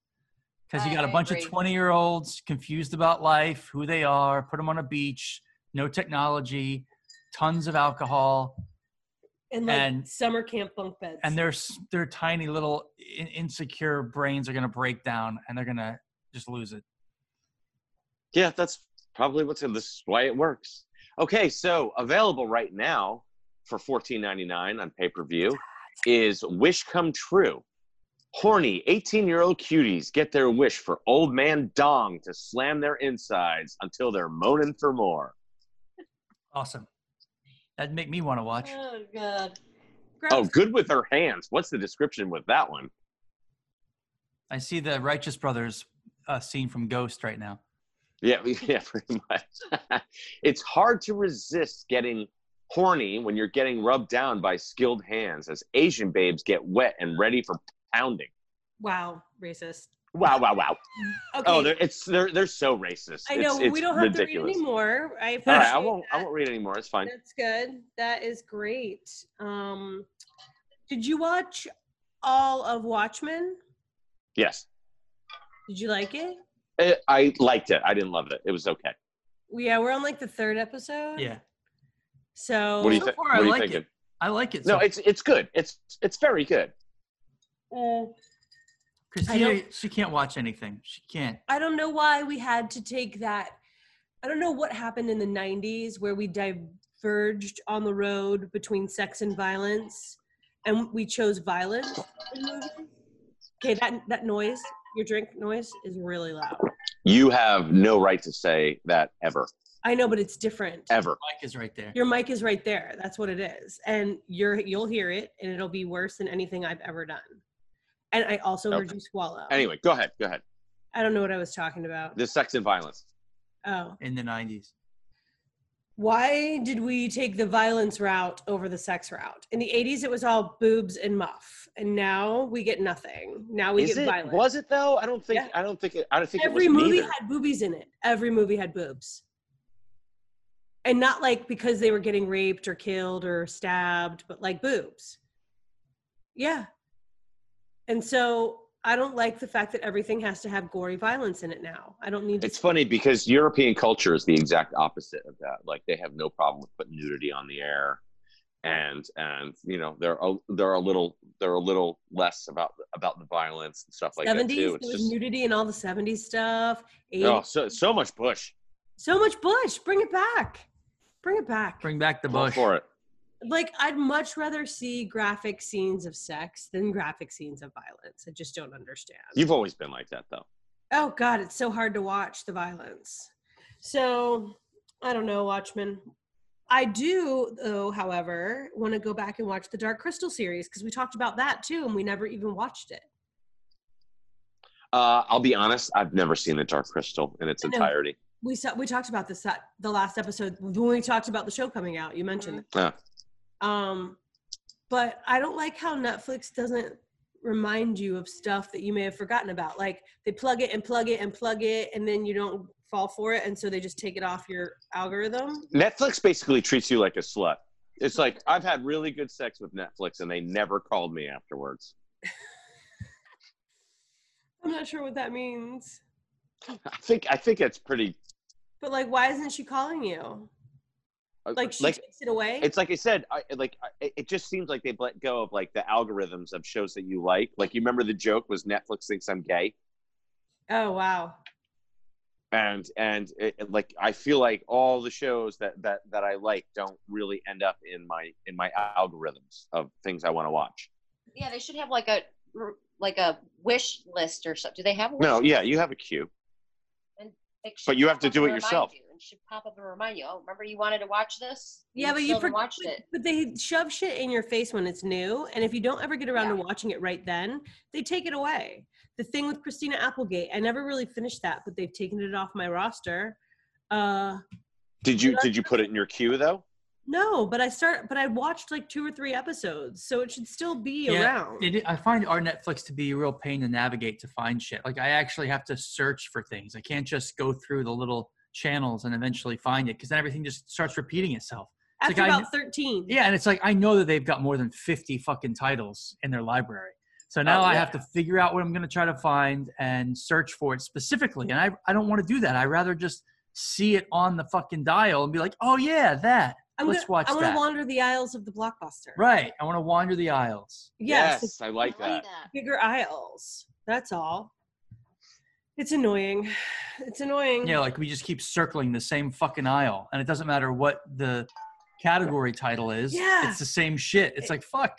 Speaker 3: Because you
Speaker 4: I-
Speaker 3: got a
Speaker 4: I
Speaker 3: bunch of
Speaker 4: agree.
Speaker 3: 20 year olds confused about life, who they are, put them on a beach, no technology, tons of alcohol,
Speaker 1: and like
Speaker 3: And-
Speaker 1: summer camp bunk beds.
Speaker 3: and their s- their tiny little in- insecure brains are going to break down and they're going to just lose it.
Speaker 2: Yeah, that's probably what's in this is why it works. Okay, so available right now for fourteen ninety nine on pay per view is Wish Come True. Horny 18 year old cuties get their wish for old man Dong to slam their insides until they're moaning for more.
Speaker 3: Awesome. That'd make me want to watch.
Speaker 4: Oh god.
Speaker 1: Grab
Speaker 2: Oh, good with her hands. What's the description with that one?
Speaker 3: I see the Righteous Brothers uh, scene from Ghost right now.
Speaker 2: Yeah, yeah, pretty much. it's hard to resist getting horny when you're getting rubbed down by skilled hands as Asian babes get wet and ready for pounding.
Speaker 1: Wow, racist.
Speaker 2: Wow, wow, wow.
Speaker 1: Okay.
Speaker 2: Oh, they're, it's they're they're so racist.
Speaker 1: I know
Speaker 2: It's- it's
Speaker 1: we don't have to read
Speaker 2: ridiculous.
Speaker 1: anymore. I
Speaker 2: All right,
Speaker 1: appreciate
Speaker 2: I won't.
Speaker 1: that.
Speaker 2: I won't read anymore. It's fine.
Speaker 1: That's good. That is great. Um, did you watch all of Watchmen?
Speaker 2: Yes,
Speaker 1: Did you like it?
Speaker 2: I, I liked it. I didn't love it. It was okay.
Speaker 1: Yeah, we're on like the third episode.
Speaker 3: Yeah,
Speaker 1: So
Speaker 2: What do you
Speaker 3: So
Speaker 2: think?
Speaker 3: far,
Speaker 2: What
Speaker 3: I
Speaker 2: do you
Speaker 3: like it.
Speaker 2: thinking?
Speaker 3: I like it.
Speaker 2: No,
Speaker 3: so
Speaker 2: it's it's good. It's it's very good.
Speaker 1: uh, I
Speaker 3: Christina,
Speaker 1: don't-
Speaker 3: she can't watch anything. She can't.
Speaker 1: I don't know why we had to take that. I don't know what happened in the '90s where we diverged on the road between sex and violence, and we chose violence. Okay, that that noise, your drink noise, is really loud.
Speaker 2: You have no right to say that ever,
Speaker 1: I know, but it's different.
Speaker 2: ever.
Speaker 3: Mike is right there.
Speaker 1: Your mic is right there. That's what it is, and you're you'll hear it, and it'll be worse than anything I've ever done. And I also heard
Speaker 2: Okay.
Speaker 1: you swallow.
Speaker 2: Anyway, go ahead. Go ahead.
Speaker 1: I don't know what I was talking about.
Speaker 2: The sex and violence.
Speaker 1: oh,
Speaker 3: In the '90s,
Speaker 1: why did we take the violence route over the sex route? In the '80s, it was all boobs and muff, and now we get nothing. Now we
Speaker 2: Is
Speaker 1: get
Speaker 2: it?
Speaker 1: violence.
Speaker 2: Was it though? I don't think.
Speaker 1: Yeah.
Speaker 2: I don't think it. I don't think
Speaker 1: Every
Speaker 2: it was
Speaker 1: movie
Speaker 2: neither.
Speaker 1: had boobies in it. Every movie had boobs. And not like because they were getting raped or killed or stabbed, but like boobs. Yeah. And so I don't like the fact that everything has to have gory violence in it now. I don't need to
Speaker 2: It's funny because European culture is the exact opposite of that. Like they have no problem with putting nudity on the air, and and you know they're a, they're a little they're a little less about about the violence and stuff like that
Speaker 1: 70s.
Speaker 2: too.
Speaker 1: there
Speaker 2: It's
Speaker 1: was
Speaker 2: just
Speaker 1: nudity and all the 70s stuff. 80s.
Speaker 2: oh so so much Bush.
Speaker 1: So much Bush. Bring it back. Bring it back.
Speaker 3: Bring back the
Speaker 2: I'm all
Speaker 3: bush.
Speaker 2: for it.
Speaker 1: like I'd much rather see graphic scenes of sex than graphic scenes of violence. I just don't understand.
Speaker 2: You've always been like that though.
Speaker 1: oh God, it's so hard to watch the violence. So I don't know, Watchmen. I do, though, however, want to go back and watch the Dark Crystal series because we talked about that too, and we never even watched it.
Speaker 2: Uh, I'll be honest. I've never seen the Dark Crystal in its
Speaker 1: I know.
Speaker 2: entirety.
Speaker 1: We saw we talked about this at the last episode when we talked about the show coming out. You mentioned
Speaker 2: Yeah.
Speaker 1: that. Um, but I don't like how Netflix doesn't remind you of stuff that you may have forgotten about. Like they plug it and plug it and plug it, and then you don't fall for it, and so they just take it off your algorithm.
Speaker 2: Netflix basically treats you like a slut. It's like I've had really good sex with Netflix, and they never called me afterwards.
Speaker 1: I'm not sure what that means.
Speaker 2: I think I think it's pretty.
Speaker 1: But like, why isn't she calling you? Like she takes it away.
Speaker 2: uh, it's like I said, I like I, it just seems like they've let go of like the algorithms of shows that you like. Like you remember the joke was Netflix thinks I'm gay,
Speaker 1: oh wow.
Speaker 2: and and it, it- like I feel like all the shows that that that I like don't really end up in my in my algorithms of things I want to watch.
Speaker 4: Yeah, they should have like a like a wish list or something. Do they have? A wish
Speaker 2: No,
Speaker 4: list?
Speaker 2: yeah, you have a cue.
Speaker 4: It should
Speaker 2: but you have
Speaker 4: pop
Speaker 2: to
Speaker 4: up
Speaker 2: do
Speaker 4: and
Speaker 2: it
Speaker 4: remind
Speaker 2: yourself.
Speaker 4: You. It should pop up and remind you. Oh, remember you wanted to watch this?
Speaker 1: Yeah, but you
Speaker 4: still haven't
Speaker 1: forget-
Speaker 4: watched it.
Speaker 1: But they shove shit in your face when it's new, and if you don't ever get around to
Speaker 4: Yeah.
Speaker 1: watching it right then, they take it away. The thing with Christina Applegate, I never really finished that, but they've taken it off my roster. Uh,
Speaker 2: Did you did you put it in your queue though?
Speaker 1: no, but I start, but I watched like two or three episodes, so it should still be
Speaker 3: Yeah,
Speaker 1: around.
Speaker 3: It, I find our Netflix to be a real pain to navigate to find shit. Like I actually have to search for things. I can't just go through the little channels and eventually find it because then everything just starts repeating itself. like
Speaker 1: After
Speaker 3: I-
Speaker 1: about thirteen,
Speaker 3: Yeah, and it's like I know that they've got more than 50 fucking titles in their library. So now
Speaker 2: Oh,
Speaker 3: I
Speaker 2: yeah.
Speaker 3: have to figure out what I'm going to try to find and search for it specifically. And I, I don't want to do that. I rather just see it on the fucking dial and be like, "Oh yeah, that."
Speaker 1: I'm
Speaker 3: let's
Speaker 1: gonna,
Speaker 3: watch
Speaker 1: I want to
Speaker 3: that.
Speaker 1: wander the aisles of the blockbuster.
Speaker 3: Right. I want to wander the aisles.
Speaker 1: Yes,
Speaker 2: yes I like that.
Speaker 1: bigger aisles. That's all. It's annoying. It's annoying.
Speaker 3: Yeah, like we just keep circling the same fucking aisle, and it doesn't matter what the category title is.
Speaker 1: Yeah.
Speaker 3: it's the same shit. It's like fuck.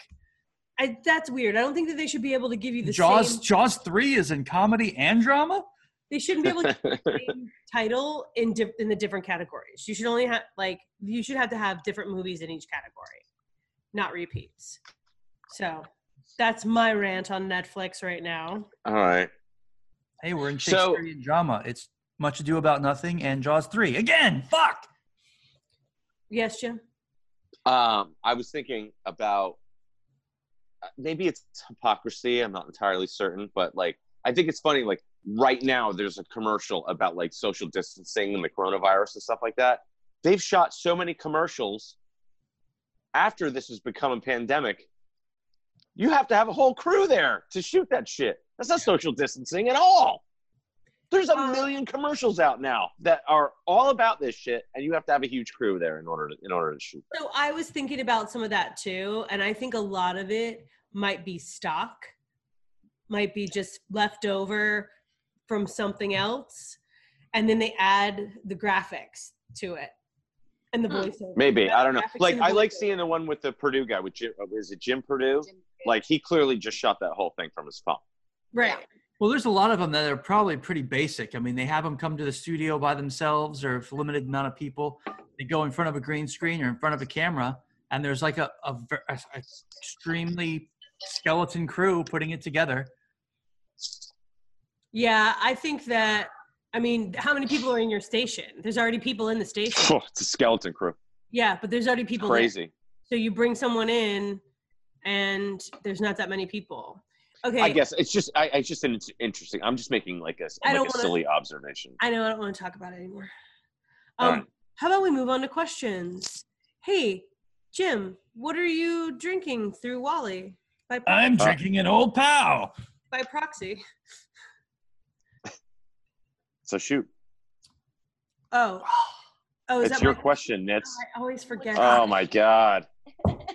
Speaker 1: I, that's weird. I don't think that they should be able to give you the
Speaker 3: Jaws,
Speaker 1: same.
Speaker 3: Jaws three is in comedy and drama.
Speaker 1: They shouldn't be able to give you the same title in diff in the different categories. You should only have like you should have to have different movies in each category, not repeats. So that's my rant on Netflix right now.
Speaker 2: All right.
Speaker 3: Hey, we're in
Speaker 2: So-
Speaker 3: Shakespearean drama. It's Much Ado About Nothing and Jaws three again. Fuck.
Speaker 1: Yes, Jim.
Speaker 2: Um, I was thinking about uh, maybe it's hypocrisy. I'm not entirely certain, but like I think it's funny. Like right now, there's a commercial about like social distancing and the coronavirus and stuff like that. They've shot so many commercials after this has become a pandemic. You have to have a whole crew there to shoot that shit. That's not social distancing at all. There's a
Speaker 1: Uh,
Speaker 2: million commercials out now that are all about this shit, and you have to have a huge crew there in order to, in order to shoot.
Speaker 1: So I was thinking about some of that too, and I think a lot of it might be stock, might be just left over from something else, and then they add the graphics to it and the
Speaker 4: Hmm.
Speaker 1: voiceover.
Speaker 2: Maybe I don't know.
Speaker 1: Graphics
Speaker 2: Like
Speaker 1: and the
Speaker 2: I like
Speaker 1: voiceover.
Speaker 2: seeing the one with the Purdue guy with Jim. uh, Is it Jim Purdue?
Speaker 4: Jim-
Speaker 2: Like he clearly just shot that whole thing from his phone.
Speaker 1: right.
Speaker 3: Well, there's a lot of them that are probably pretty basic. I mean, they have them come to the studio by themselves or if limited amount of people. They go in front of a green screen or in front of a camera, and there's like a, a, ver- a- a extremely skeleton crew putting it together.
Speaker 1: Yeah, I think that. I mean, how many people are in your station? There's already people in the station.
Speaker 2: it's a skeleton crew.
Speaker 1: Yeah, but there's already people. there.
Speaker 2: Crazy.
Speaker 1: So you bring someone in, and there's not that many people. Okay.
Speaker 2: I guess it's just. I, it's just an, it's interesting. I'm just making like a, s-
Speaker 1: I
Speaker 2: like
Speaker 1: don't
Speaker 2: a
Speaker 1: wanna-
Speaker 2: silly observation.
Speaker 1: I know I don't want to talk about it anymore.
Speaker 2: All
Speaker 1: Um,
Speaker 2: right.
Speaker 1: How about we move on to questions? Hey, Jim, what are you drinking through Wally? By Pop-
Speaker 3: drinking an old pal.
Speaker 5: by proxy.
Speaker 2: So shoot,
Speaker 1: Oh. Oh, is
Speaker 2: it's
Speaker 1: that
Speaker 2: your
Speaker 1: my-
Speaker 2: question, Nitz.
Speaker 1: I always forget.
Speaker 2: Oh my god, God,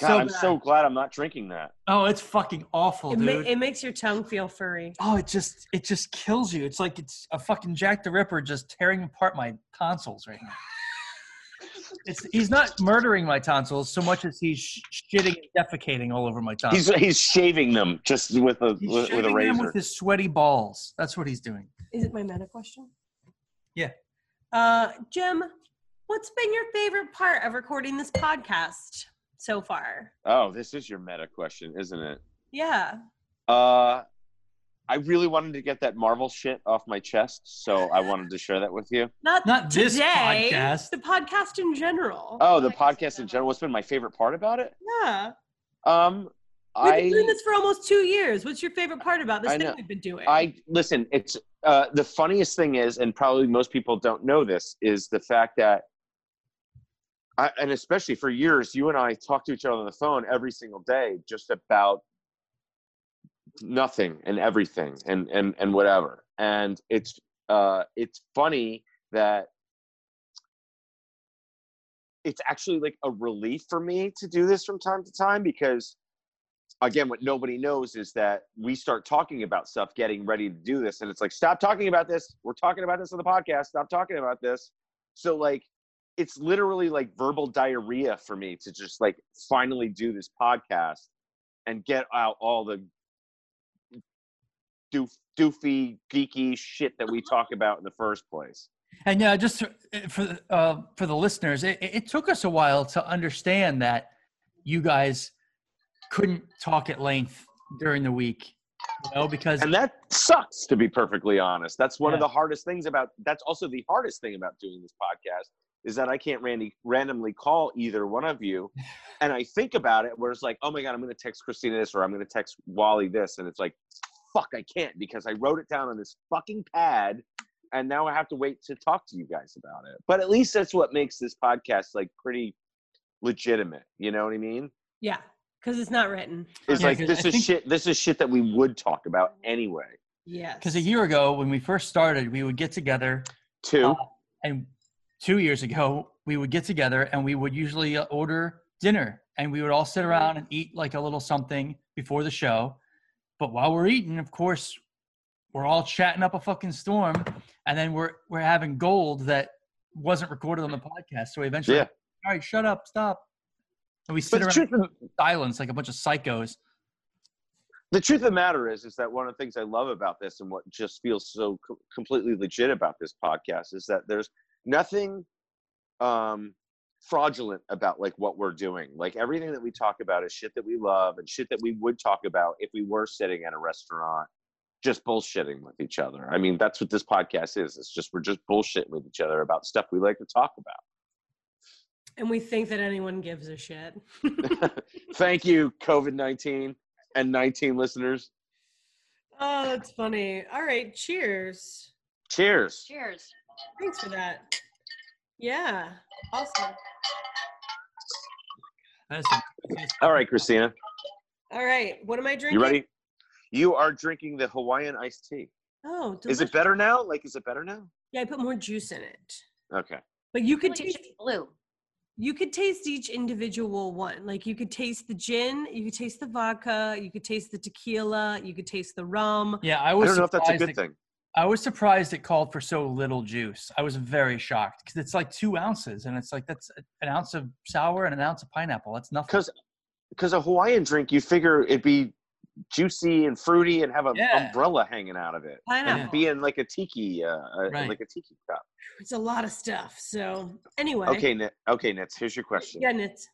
Speaker 3: So
Speaker 2: I'm
Speaker 3: bad.
Speaker 2: so glad I'm not drinking that.
Speaker 3: Oh, it's fucking awful,
Speaker 1: it,
Speaker 3: Oh, dude.
Speaker 1: ma- it makes your tongue feel furry.
Speaker 3: oh, it just it just kills you. It's like it's a fucking Jack the Ripper just tearing apart my tonsils right now. It's, he's not murdering my tonsils so much as he's sh- shitting and defecating all over my tonsils.
Speaker 2: He's he's shaving them just with a
Speaker 3: He's
Speaker 2: with, with a
Speaker 3: shaving them
Speaker 2: razor.
Speaker 3: with his sweaty balls. That's what he's doing.
Speaker 1: Is it my meta question?
Speaker 3: Yeah.
Speaker 1: Uh, Jim, what's been your favorite part of recording this podcast so far?
Speaker 2: Oh, this is your meta question, isn't it?
Speaker 1: Yeah.
Speaker 2: Uh, I really wanted to get that Marvel shit off my chest, so I wanted to share that with you.
Speaker 1: Not,
Speaker 3: Not this
Speaker 1: today,
Speaker 3: podcast.
Speaker 1: The podcast in general.
Speaker 2: Oh, the podcast in general. What's been my favorite part about it?
Speaker 1: yeah.
Speaker 2: Um,
Speaker 1: We've been
Speaker 2: I
Speaker 1: doing this for almost two years. What's your favorite part about this
Speaker 2: I
Speaker 1: thing
Speaker 2: know.
Speaker 1: we've been doing?
Speaker 2: I listen. It's uh, the funniest thing is, and probably most people don't know this, is the fact that, I, and especially for years, you and I talked to each other on the phone every single day, just about nothing and everything and and and whatever. And it's uh, it's funny that it's actually like a relief for me to do this from time to time because again, what nobody knows is that we start talking about stuff, getting ready to do this, and it's like, stop talking about this. We're talking about this on the podcast. Stop talking about this. So like, it's literally like verbal diarrhea for me to just like finally do this podcast and get out all the doof, doofy, geeky shit that we talk about in the first place.
Speaker 3: And yeah, just to- for the- uh, for the listeners, it, it it took us a while to understand that you guys couldn't talk at length during the week, you know, because
Speaker 2: And that sucks, to be perfectly honest. That's one of
Speaker 3: Yeah.
Speaker 2: the hardest things about. That's also the hardest thing about doing this podcast is that I can't randy, randomly call either one of you, and I think about it where it's like, oh my god, I'm going to text Christina this or I'm going to text Wally this, and it's like, fuck, I can't because I wrote it down on this fucking pad, and now I have to wait to talk to you guys about it. But at least that's what makes this podcast like pretty legitimate. You know what I mean?
Speaker 1: yeah, because it's not written.
Speaker 2: It's
Speaker 3: Yeah,
Speaker 2: like
Speaker 3: 'cause
Speaker 2: this
Speaker 3: I
Speaker 2: is
Speaker 3: think-
Speaker 2: shit. This is shit that we would talk about anyway.
Speaker 1: Yes.
Speaker 3: because a year ago when we first started, we would get together,
Speaker 2: Two.
Speaker 3: Oh, and two years ago we would get together and we would usually uh, order dinner, and we would all sit around and eat like a little something before the show. But while we're eating, of course, we're all chatting up a fucking storm, and then we're we're having gold that wasn't recorded on the podcast. So we eventually,
Speaker 2: Yeah.
Speaker 3: all right, shut up, stop, and we sit
Speaker 2: But the
Speaker 3: around
Speaker 2: truth of-
Speaker 3: in silence like a bunch of psychos.
Speaker 2: the truth of the matter is is that one of the things i love about this and what just feels so co- completely legit about this podcast is that there's nothing um fraudulent about like what we're doing like everything that we talk about is shit that we love and shit that we would talk about if we were sitting at a restaurant just bullshitting with each other i mean that's what this podcast is it's just we're just bullshitting with each other about stuff we like to talk about
Speaker 1: and we think that anyone gives a shit.
Speaker 2: thank you covid-19 and 19 listeners
Speaker 1: oh, that's funny. All right. Cheers.
Speaker 2: cheers
Speaker 4: Cheers.
Speaker 1: Thanks for that. Yeah. Awesome.
Speaker 3: That's the-
Speaker 2: all right christina
Speaker 1: All right. What am I drinking?
Speaker 2: You ready? You are drinking the Hawaiian iced tea.
Speaker 1: Oh, delicious.
Speaker 2: Is it better now? Like, is it better now?
Speaker 1: Yeah, I put more juice in it.
Speaker 2: Okay.
Speaker 1: But you could
Speaker 4: Like, it
Speaker 1: taste
Speaker 4: should be blue.
Speaker 1: you could taste each individual one. Like you could taste the gin, you could taste the vodka, you could taste the tequila, you could taste the rum.
Speaker 3: yeah, I
Speaker 2: I
Speaker 3: was.
Speaker 2: don't know if that's a
Speaker 3: surprised
Speaker 2: good
Speaker 3: it-
Speaker 2: thing.
Speaker 3: I was surprised it called for so little juice. I was very shocked because it's like two ounces, and it's like that's an ounce of sour and an ounce of pineapple. That's nothing.
Speaker 2: Because because a Hawaiian drink, you figure it'd be juicy and fruity and have an
Speaker 3: Yeah.
Speaker 2: umbrella hanging out of it.
Speaker 1: Pineapple.
Speaker 2: Be in like a tiki, uh, uh,
Speaker 3: Right.
Speaker 2: like a tiki cup.
Speaker 1: It's a lot of stuff. So anyway.
Speaker 2: Okay, Nit. Okay, Nitz. Here's your question.
Speaker 1: Yeah, and it's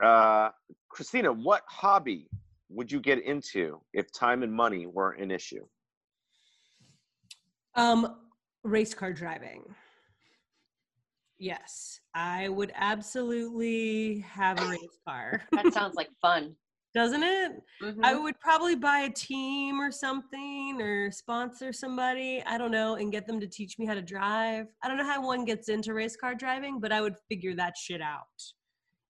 Speaker 2: Uh, Christina, what hobby would you get into if time and money weren't an issue?
Speaker 1: um race car driving. Yes. I would absolutely have a race car.
Speaker 4: That sounds like fun.
Speaker 1: Doesn't it?
Speaker 4: Mhm.
Speaker 1: I would probably buy a team or something or sponsor somebody, I don't know, and get them to teach me how to drive. I don't know how one gets into race car driving, but I would figure that shit out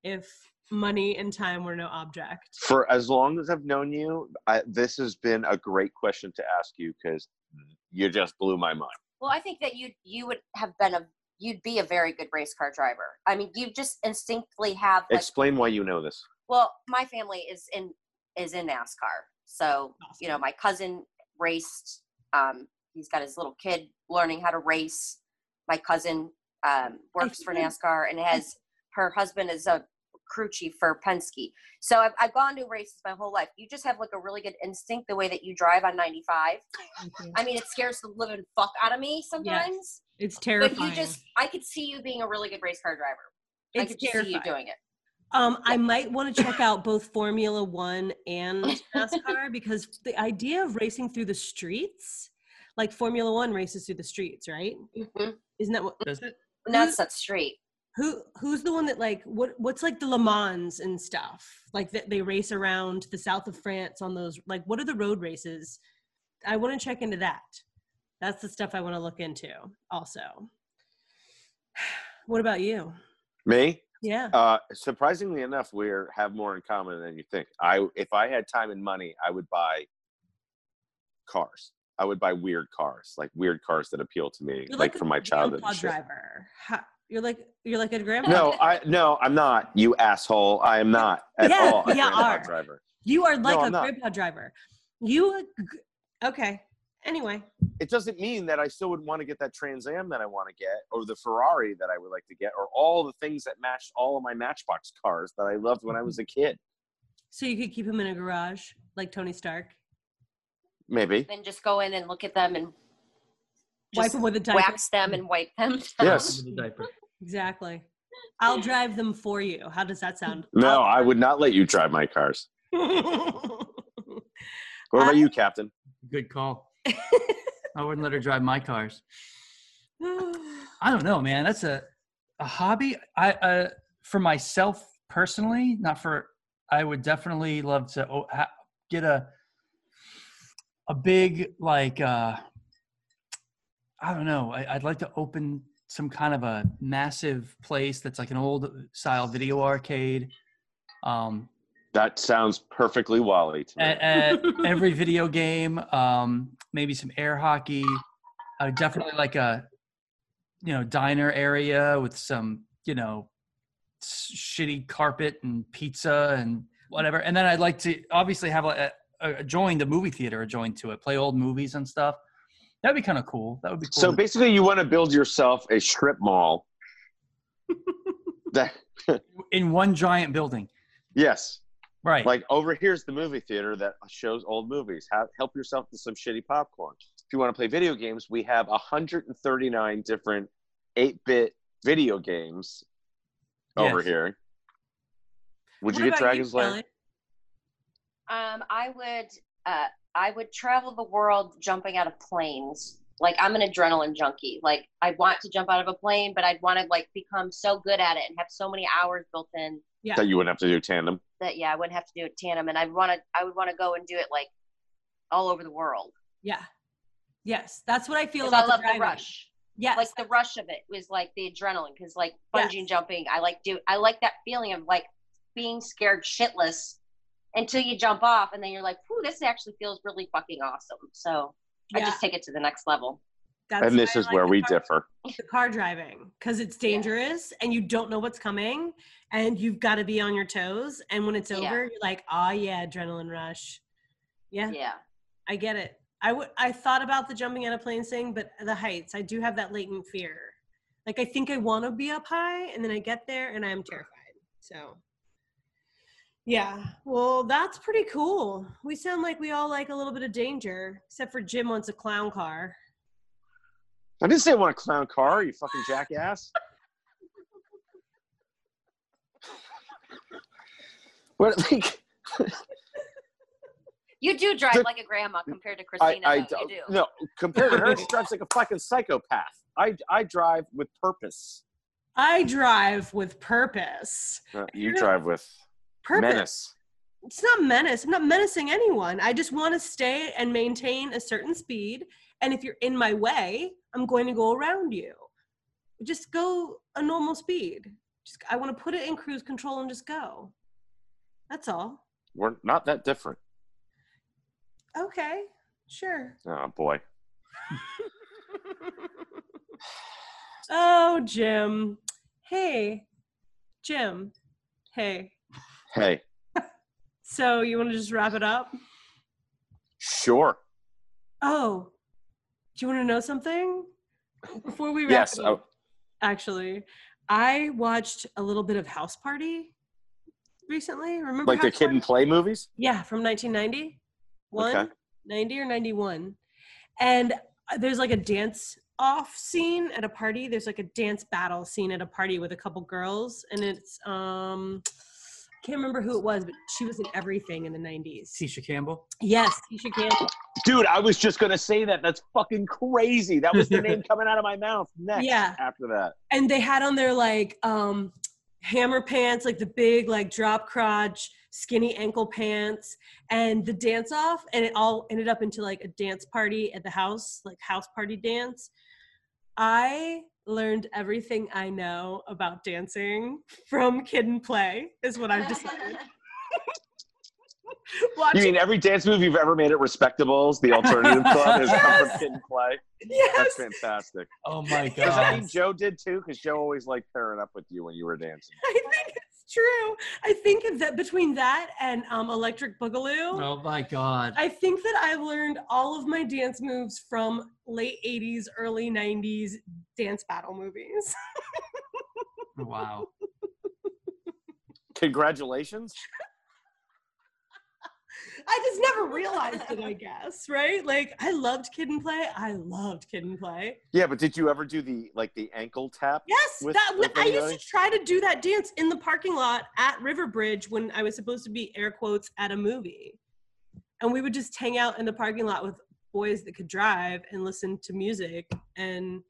Speaker 1: if money and time were no object.
Speaker 2: For as long as I've known you, I, this has been a great question to ask you because you just blew my mind.
Speaker 4: Well, I think that you you would have been a you'd be a very good race car driver. I mean, you just instinctively have like
Speaker 2: Explain why you know this.
Speaker 4: well, my family is in is in NASCAR. So, you know, my cousin raced um he's got his little kid learning how to race. My cousin um works for
Speaker 1: see.
Speaker 4: NASCAR and has her husband is a crew chief for Penske. So I've, I've gone to races my whole life. You just have like a really good instinct the way that you drive on 95. I mean, it scares the living fuck out of me sometimes.
Speaker 5: It's
Speaker 4: But
Speaker 5: terrifying.
Speaker 4: you just, I could see you being a really good race car driver. I
Speaker 1: It's
Speaker 4: could just see you
Speaker 1: terrifying.
Speaker 4: doing it.
Speaker 1: Um, I might want to check out both Formula One and NASCAR because the idea of racing through the streets, like Formula One races through the streets, right?
Speaker 4: Mhm.
Speaker 1: Isn't that what?
Speaker 3: Does it?
Speaker 4: No, it's that street.
Speaker 1: Who who's the one that like what what's like the Le Mans and stuff like that they race around the south of France on those like what are the road races? I want to check into that. That's the stuff I want to look into. Also, what about you?
Speaker 2: Me?
Speaker 1: Yeah,
Speaker 2: Uh, surprisingly enough, we are have more in common than you think. I, if I had time and money, I would buy cars. I would buy weird cars, like weird cars that appeal to me,
Speaker 1: you're
Speaker 2: like,
Speaker 1: a
Speaker 2: from my childhood. and
Speaker 1: grandpa
Speaker 2: shit.
Speaker 1: driver. Ha- you're like you're like a grandpa.
Speaker 2: No, I no, I'm not. You asshole! I am not at
Speaker 1: Yeah,
Speaker 2: all a
Speaker 1: yeah,
Speaker 2: grandpa
Speaker 1: are.
Speaker 2: driver.
Speaker 1: You are like
Speaker 2: No,
Speaker 1: a
Speaker 2: I'm not.
Speaker 1: grandpa driver. You g- okay? Anyway,
Speaker 2: It doesn't mean that I still would want to get that Trans Am that I want to get, or the Ferrari that I would like to get, or all the things that matched all of my Matchbox cars that I loved when I was a kid.
Speaker 1: so you could keep him in a garage like Tony Stark,
Speaker 2: Maybe.
Speaker 4: Then just go in and look at them and
Speaker 1: wipe
Speaker 4: just
Speaker 1: him with a diaper.
Speaker 4: wax them and wipe them. down.
Speaker 2: Yes.
Speaker 3: Under the diaper.
Speaker 1: Exactly. I'll drive them for you. How does that sound?
Speaker 2: No, I would not let you drive my cars. What about
Speaker 1: I-
Speaker 2: you, Captain?
Speaker 3: Good call. I wouldn't let her drive my cars. I don't know, man. That's a a hobby. I uh, for myself personally, not for. I would definitely love to o- ha- get a a big like. Uh, I don't know. I, I'd like to open some kind of a massive place that's like an old style video arcade. Um,
Speaker 2: That sounds perfectly Wally to me.
Speaker 3: at, at every video game. Um, maybe some air hockey. I would definitely like a, you know, diner area with some, you know, s- shitty carpet and pizza and whatever. And then I'd like to obviously have like a, a join the movie theater adjoined to it, play old movies and stuff. That'd be kind of cool. That would be cool.
Speaker 2: so basically, you want to build yourself a strip mall. that
Speaker 3: in one giant building,
Speaker 2: yes,
Speaker 3: right?
Speaker 2: like over here's the movie theater that shows old movies. Have, help yourself to some shitty popcorn. If you want to play video games, we have 139 different 8-bit video games over
Speaker 3: Yes.
Speaker 2: here. Would
Speaker 1: What
Speaker 2: you get
Speaker 1: about
Speaker 2: Dragon's Lair?
Speaker 1: Kelly?
Speaker 4: Um, I would, uh, I would travel the world jumping out of planes. Like I'm an adrenaline junkie. Like I want to jump out of a plane, but I'd want to like become so good at it and have so many hours built in
Speaker 1: Yeah.
Speaker 2: That you wouldn't have to do tandem.
Speaker 4: that yeah, I wouldn't have to do it tandem. And I would want to, I would want to go and do it like all over the world.
Speaker 1: Yeah. Yes, that's what I feel
Speaker 4: 'Cause
Speaker 1: about
Speaker 4: I love the
Speaker 1: driving.
Speaker 4: rush.
Speaker 1: Yes.
Speaker 4: Like the rush of it was like the adrenaline because like
Speaker 1: Yes.
Speaker 4: bungee jumping, I like do I like that feeling of like being scared shitless until you jump off and then you're like, whew, this actually feels really fucking awesome. So I
Speaker 1: Yeah,
Speaker 4: just take it to the next level.
Speaker 1: that's
Speaker 2: And this
Speaker 1: why I
Speaker 2: is
Speaker 1: like
Speaker 2: where
Speaker 1: the
Speaker 2: we
Speaker 1: car-
Speaker 2: differ.
Speaker 1: The car driving because it's dangerous and you don't know what's coming and you've got to be on your toes. And when it's
Speaker 4: Yeah.
Speaker 1: over, you're like, ah, yeah, adrenaline rush. Yeah.
Speaker 4: Yeah.
Speaker 1: I get it. I would. I thought about the jumping out of plane thing, but the heights. I do have that latent fear. Like I think I want to be up high, and then I get there, and I'm terrified. So, yeah. Well, that's pretty cool. We sound like we all like a little bit of danger, except for Jim wants a clown car.
Speaker 2: I didn't say I want a clown car, you fucking jackass. what like
Speaker 4: You do drive
Speaker 2: The-
Speaker 4: like a grandma compared to
Speaker 2: I,
Speaker 4: Christina.
Speaker 2: I
Speaker 4: though.
Speaker 2: don't-
Speaker 4: you do.
Speaker 2: no compared to her, she drives like a fucking psychopath. I I drive with purpose.
Speaker 1: I drive with purpose.
Speaker 2: Uh, you drive with
Speaker 1: Purpose.
Speaker 2: menace.
Speaker 1: It's not menace. I'm not menacing anyone. I just want to stay and maintain a certain speed. And if you're in my way, I'm going to go around you. Just go a normal speed. Just I want to put it in cruise control and just go. That's all.
Speaker 2: We're not that different.
Speaker 1: Okay, sure.
Speaker 2: Oh boy.
Speaker 1: Oh, Jim. Hey, Jim. Hey.
Speaker 2: Hey,
Speaker 1: So you want to just wrap it up?
Speaker 2: sure.
Speaker 1: Oh, do you want to know something? Before we wrap
Speaker 2: Yes.
Speaker 1: it
Speaker 2: Oh,
Speaker 1: up, actually, I watched a little bit of House Party recently. Remember
Speaker 2: like the
Speaker 1: House
Speaker 2: kid and
Speaker 1: Party?
Speaker 2: play movies?
Speaker 1: Yeah, from 1990. One,
Speaker 2: Okay.
Speaker 1: 90 or 91. And uh, there's like a dance off scene at a party. There's like a dance battle scene at a party with a couple girls. And it's, um, I can't remember who it was, but she was in everything in the 90s.
Speaker 3: Tisha Campbell.
Speaker 1: Yes, Tisha Campbell.
Speaker 2: Dude, I was just gonna say that. That's fucking crazy. That was the name coming out of my mouth next
Speaker 1: Yeah.
Speaker 2: after that.
Speaker 1: And they had on their like um, hammer pants, like the big like drop crotch, skinny ankle pants, and the dance off. And it all ended up into like a dance party at the house, like house party dance. I learned everything I know about dancing from Kid and Play, is what I've decided.
Speaker 2: You
Speaker 1: Watching,
Speaker 2: mean every dance move you've ever made at Respectables, the alternative club, has come
Speaker 1: Yes.
Speaker 2: from kid and play? That's
Speaker 1: yes,
Speaker 2: fantastic.
Speaker 3: Oh my
Speaker 2: Does that mean
Speaker 3: god.
Speaker 2: Joe did too? Because Joe always liked pairing up with you when you were dancing.
Speaker 1: I think it's true. I think that between that and um, Electric Boogaloo,
Speaker 3: Oh my god.
Speaker 1: I think that I learned all of my dance moves from late 80s, early 90s dance battle movies.
Speaker 3: Wow.
Speaker 2: Congratulations.
Speaker 1: I just never realized it, I guess, right? Like, I loved Kid and Play. I loved Kid and Play.
Speaker 2: Yeah, but did you ever do the like the ankle tap?
Speaker 1: Yes,
Speaker 2: With-
Speaker 1: that
Speaker 2: with
Speaker 1: I used
Speaker 2: anybody?
Speaker 1: to try to do that dance in the parking lot at Riverbridge when I was supposed to be air quotes at a movie. And we would just hang out in the parking lot with boys that could drive and listen to music and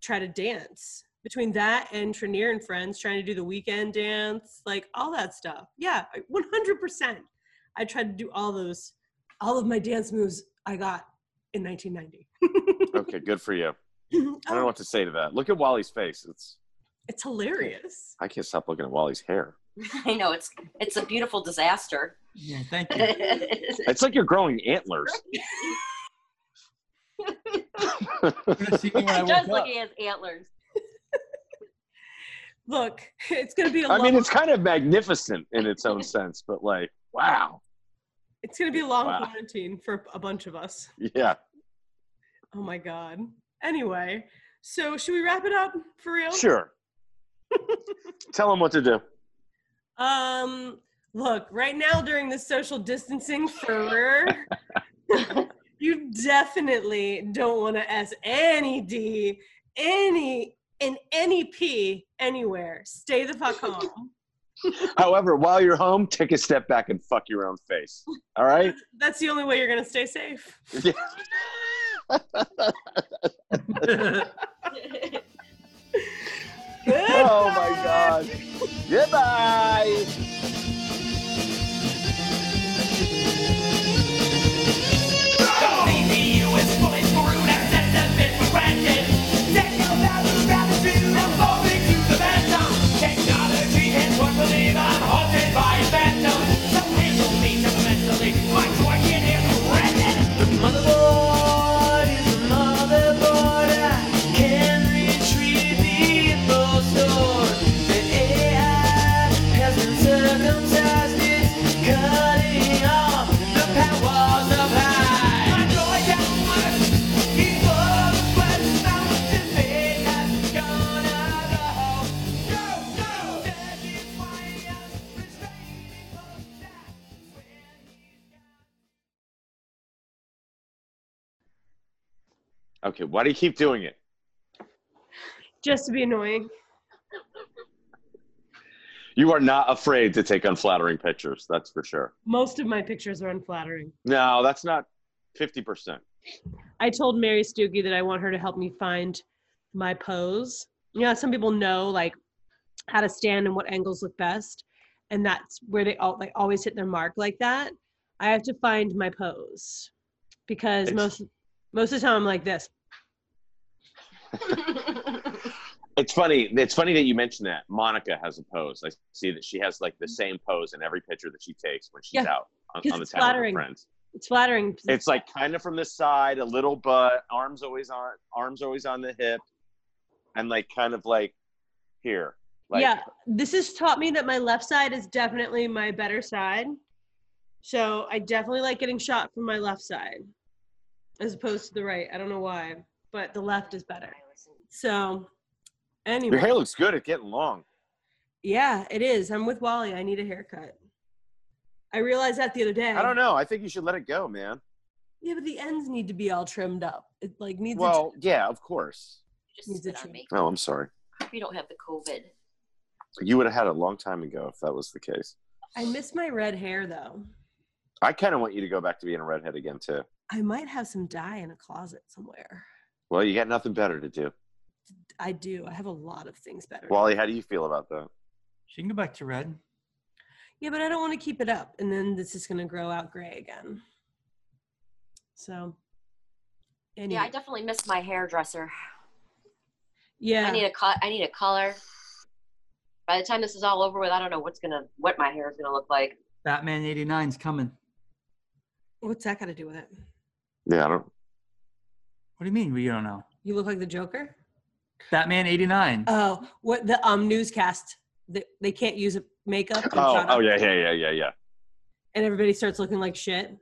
Speaker 1: try to dance. Between that and Trenier and friends trying to do the weekend dance, like all that stuff. Yeah, 100%. I tried to do all those all of my dance moves I got in 1990.
Speaker 2: Okay, good for you. I don't know
Speaker 1: Oh,
Speaker 2: what to say to that. Look at Wally's face. It's
Speaker 1: it's hilarious.
Speaker 2: I can't stop looking at Wally's hair.
Speaker 4: I know it's it's a beautiful disaster.
Speaker 3: Yeah, thank you.
Speaker 4: That's
Speaker 2: It's like you're growing antlers.
Speaker 3: You're gonna see me when I
Speaker 4: just
Speaker 3: woke up.
Speaker 4: looking at his antlers.
Speaker 1: Look, it's gonna be a
Speaker 2: I
Speaker 1: long,
Speaker 2: mean, it's kind of magnificent in its own sense, but like, wow.
Speaker 1: it's gonna be a long
Speaker 2: Wow.
Speaker 1: quarantine for a bunch of us.
Speaker 2: Yeah.
Speaker 1: Oh my god. Anyway, so should we wrap it up for real?
Speaker 2: Sure. Tell him what to do.
Speaker 1: Um, look, right now during the social distancing furor, you definitely don't want to s any d any in any p anywhere. Stay the fuck home.
Speaker 2: However, while you're home, take a step back and fuck your own face. All right?
Speaker 1: That's the only way you're gonna stay safe.
Speaker 2: Yeah. Oh my God. Goodbye. Okay, why do you keep doing it?
Speaker 1: Just to be annoying.
Speaker 2: You are not afraid to take unflattering pictures, that's for sure.
Speaker 1: Most of my pictures are unflattering.
Speaker 2: No, that's not 50%.
Speaker 1: I told Mary Stoogie that I want her to help me find my pose. You know, some people know like how to stand and what angles look best, and that's where they all like always hit their mark like that. I have to find my pose because
Speaker 2: It's-
Speaker 1: most most of the time I'm like this.
Speaker 2: It's funny. It's funny that you mentioned that. Monica has a pose. I see that she has like the same pose in every picture that she takes when she's
Speaker 1: Yeah,
Speaker 2: out on,
Speaker 1: 'cause
Speaker 2: on the
Speaker 1: it's
Speaker 2: town with her
Speaker 1: flattering.
Speaker 2: friends.
Speaker 1: It's flattering.
Speaker 2: It's like kind of from the side, a little but arms always on arms always on the hip, and like kind of like here. Like,
Speaker 1: yeah, this has taught me that my left side is definitely my better side. So I definitely like getting shot from my left side as opposed to the right. I don't know why, but the left is better. So
Speaker 2: Your
Speaker 1: anyway,
Speaker 2: hair looks good. It's getting long.
Speaker 1: yeah, it is. I'm with Wally. I need a haircut. I realized that the other day.
Speaker 2: I don't know. I think you should let it go, man.
Speaker 1: Yeah, but the ends need to be all trimmed up. It like needs a
Speaker 2: Well, yeah, of course.
Speaker 4: You
Speaker 1: Needs
Speaker 4: just spit
Speaker 1: a
Speaker 4: on
Speaker 1: treat.
Speaker 4: me.
Speaker 2: Oh, I'm sorry.
Speaker 4: You don't have the COVID.
Speaker 2: You would have had it a long time ago if that was the case.
Speaker 1: I miss my red hair though.
Speaker 2: I kind of want you to go back to being a redhead again too.
Speaker 1: I might have some dye in a closet somewhere.
Speaker 2: Well, you got nothing better to do.
Speaker 1: I do. I have a lot of things better.
Speaker 2: Wally, how do you feel about that?
Speaker 3: She can go back to red.
Speaker 1: yeah, but I don't want to keep it up, and then this is going to grow out gray again. So, anyway.
Speaker 4: Yeah, I definitely miss my hairdresser.
Speaker 1: yeah.
Speaker 4: I need a cut. I need a color. By the time this is all over with, I don't know what's gonna what my hair is gonna look like.
Speaker 3: Batman 89's coming.
Speaker 1: What's that got to do with it?
Speaker 2: Yeah, I don't.
Speaker 3: What do you mean? We don't know.
Speaker 1: You look like the Joker.
Speaker 3: Batman 89.
Speaker 1: Oh, what the um newscast? They, they can't use makeup. and
Speaker 2: Oh,
Speaker 1: shut
Speaker 2: oh
Speaker 1: up,
Speaker 2: yeah, yeah, yeah, yeah, yeah.
Speaker 1: And everybody starts looking like shit.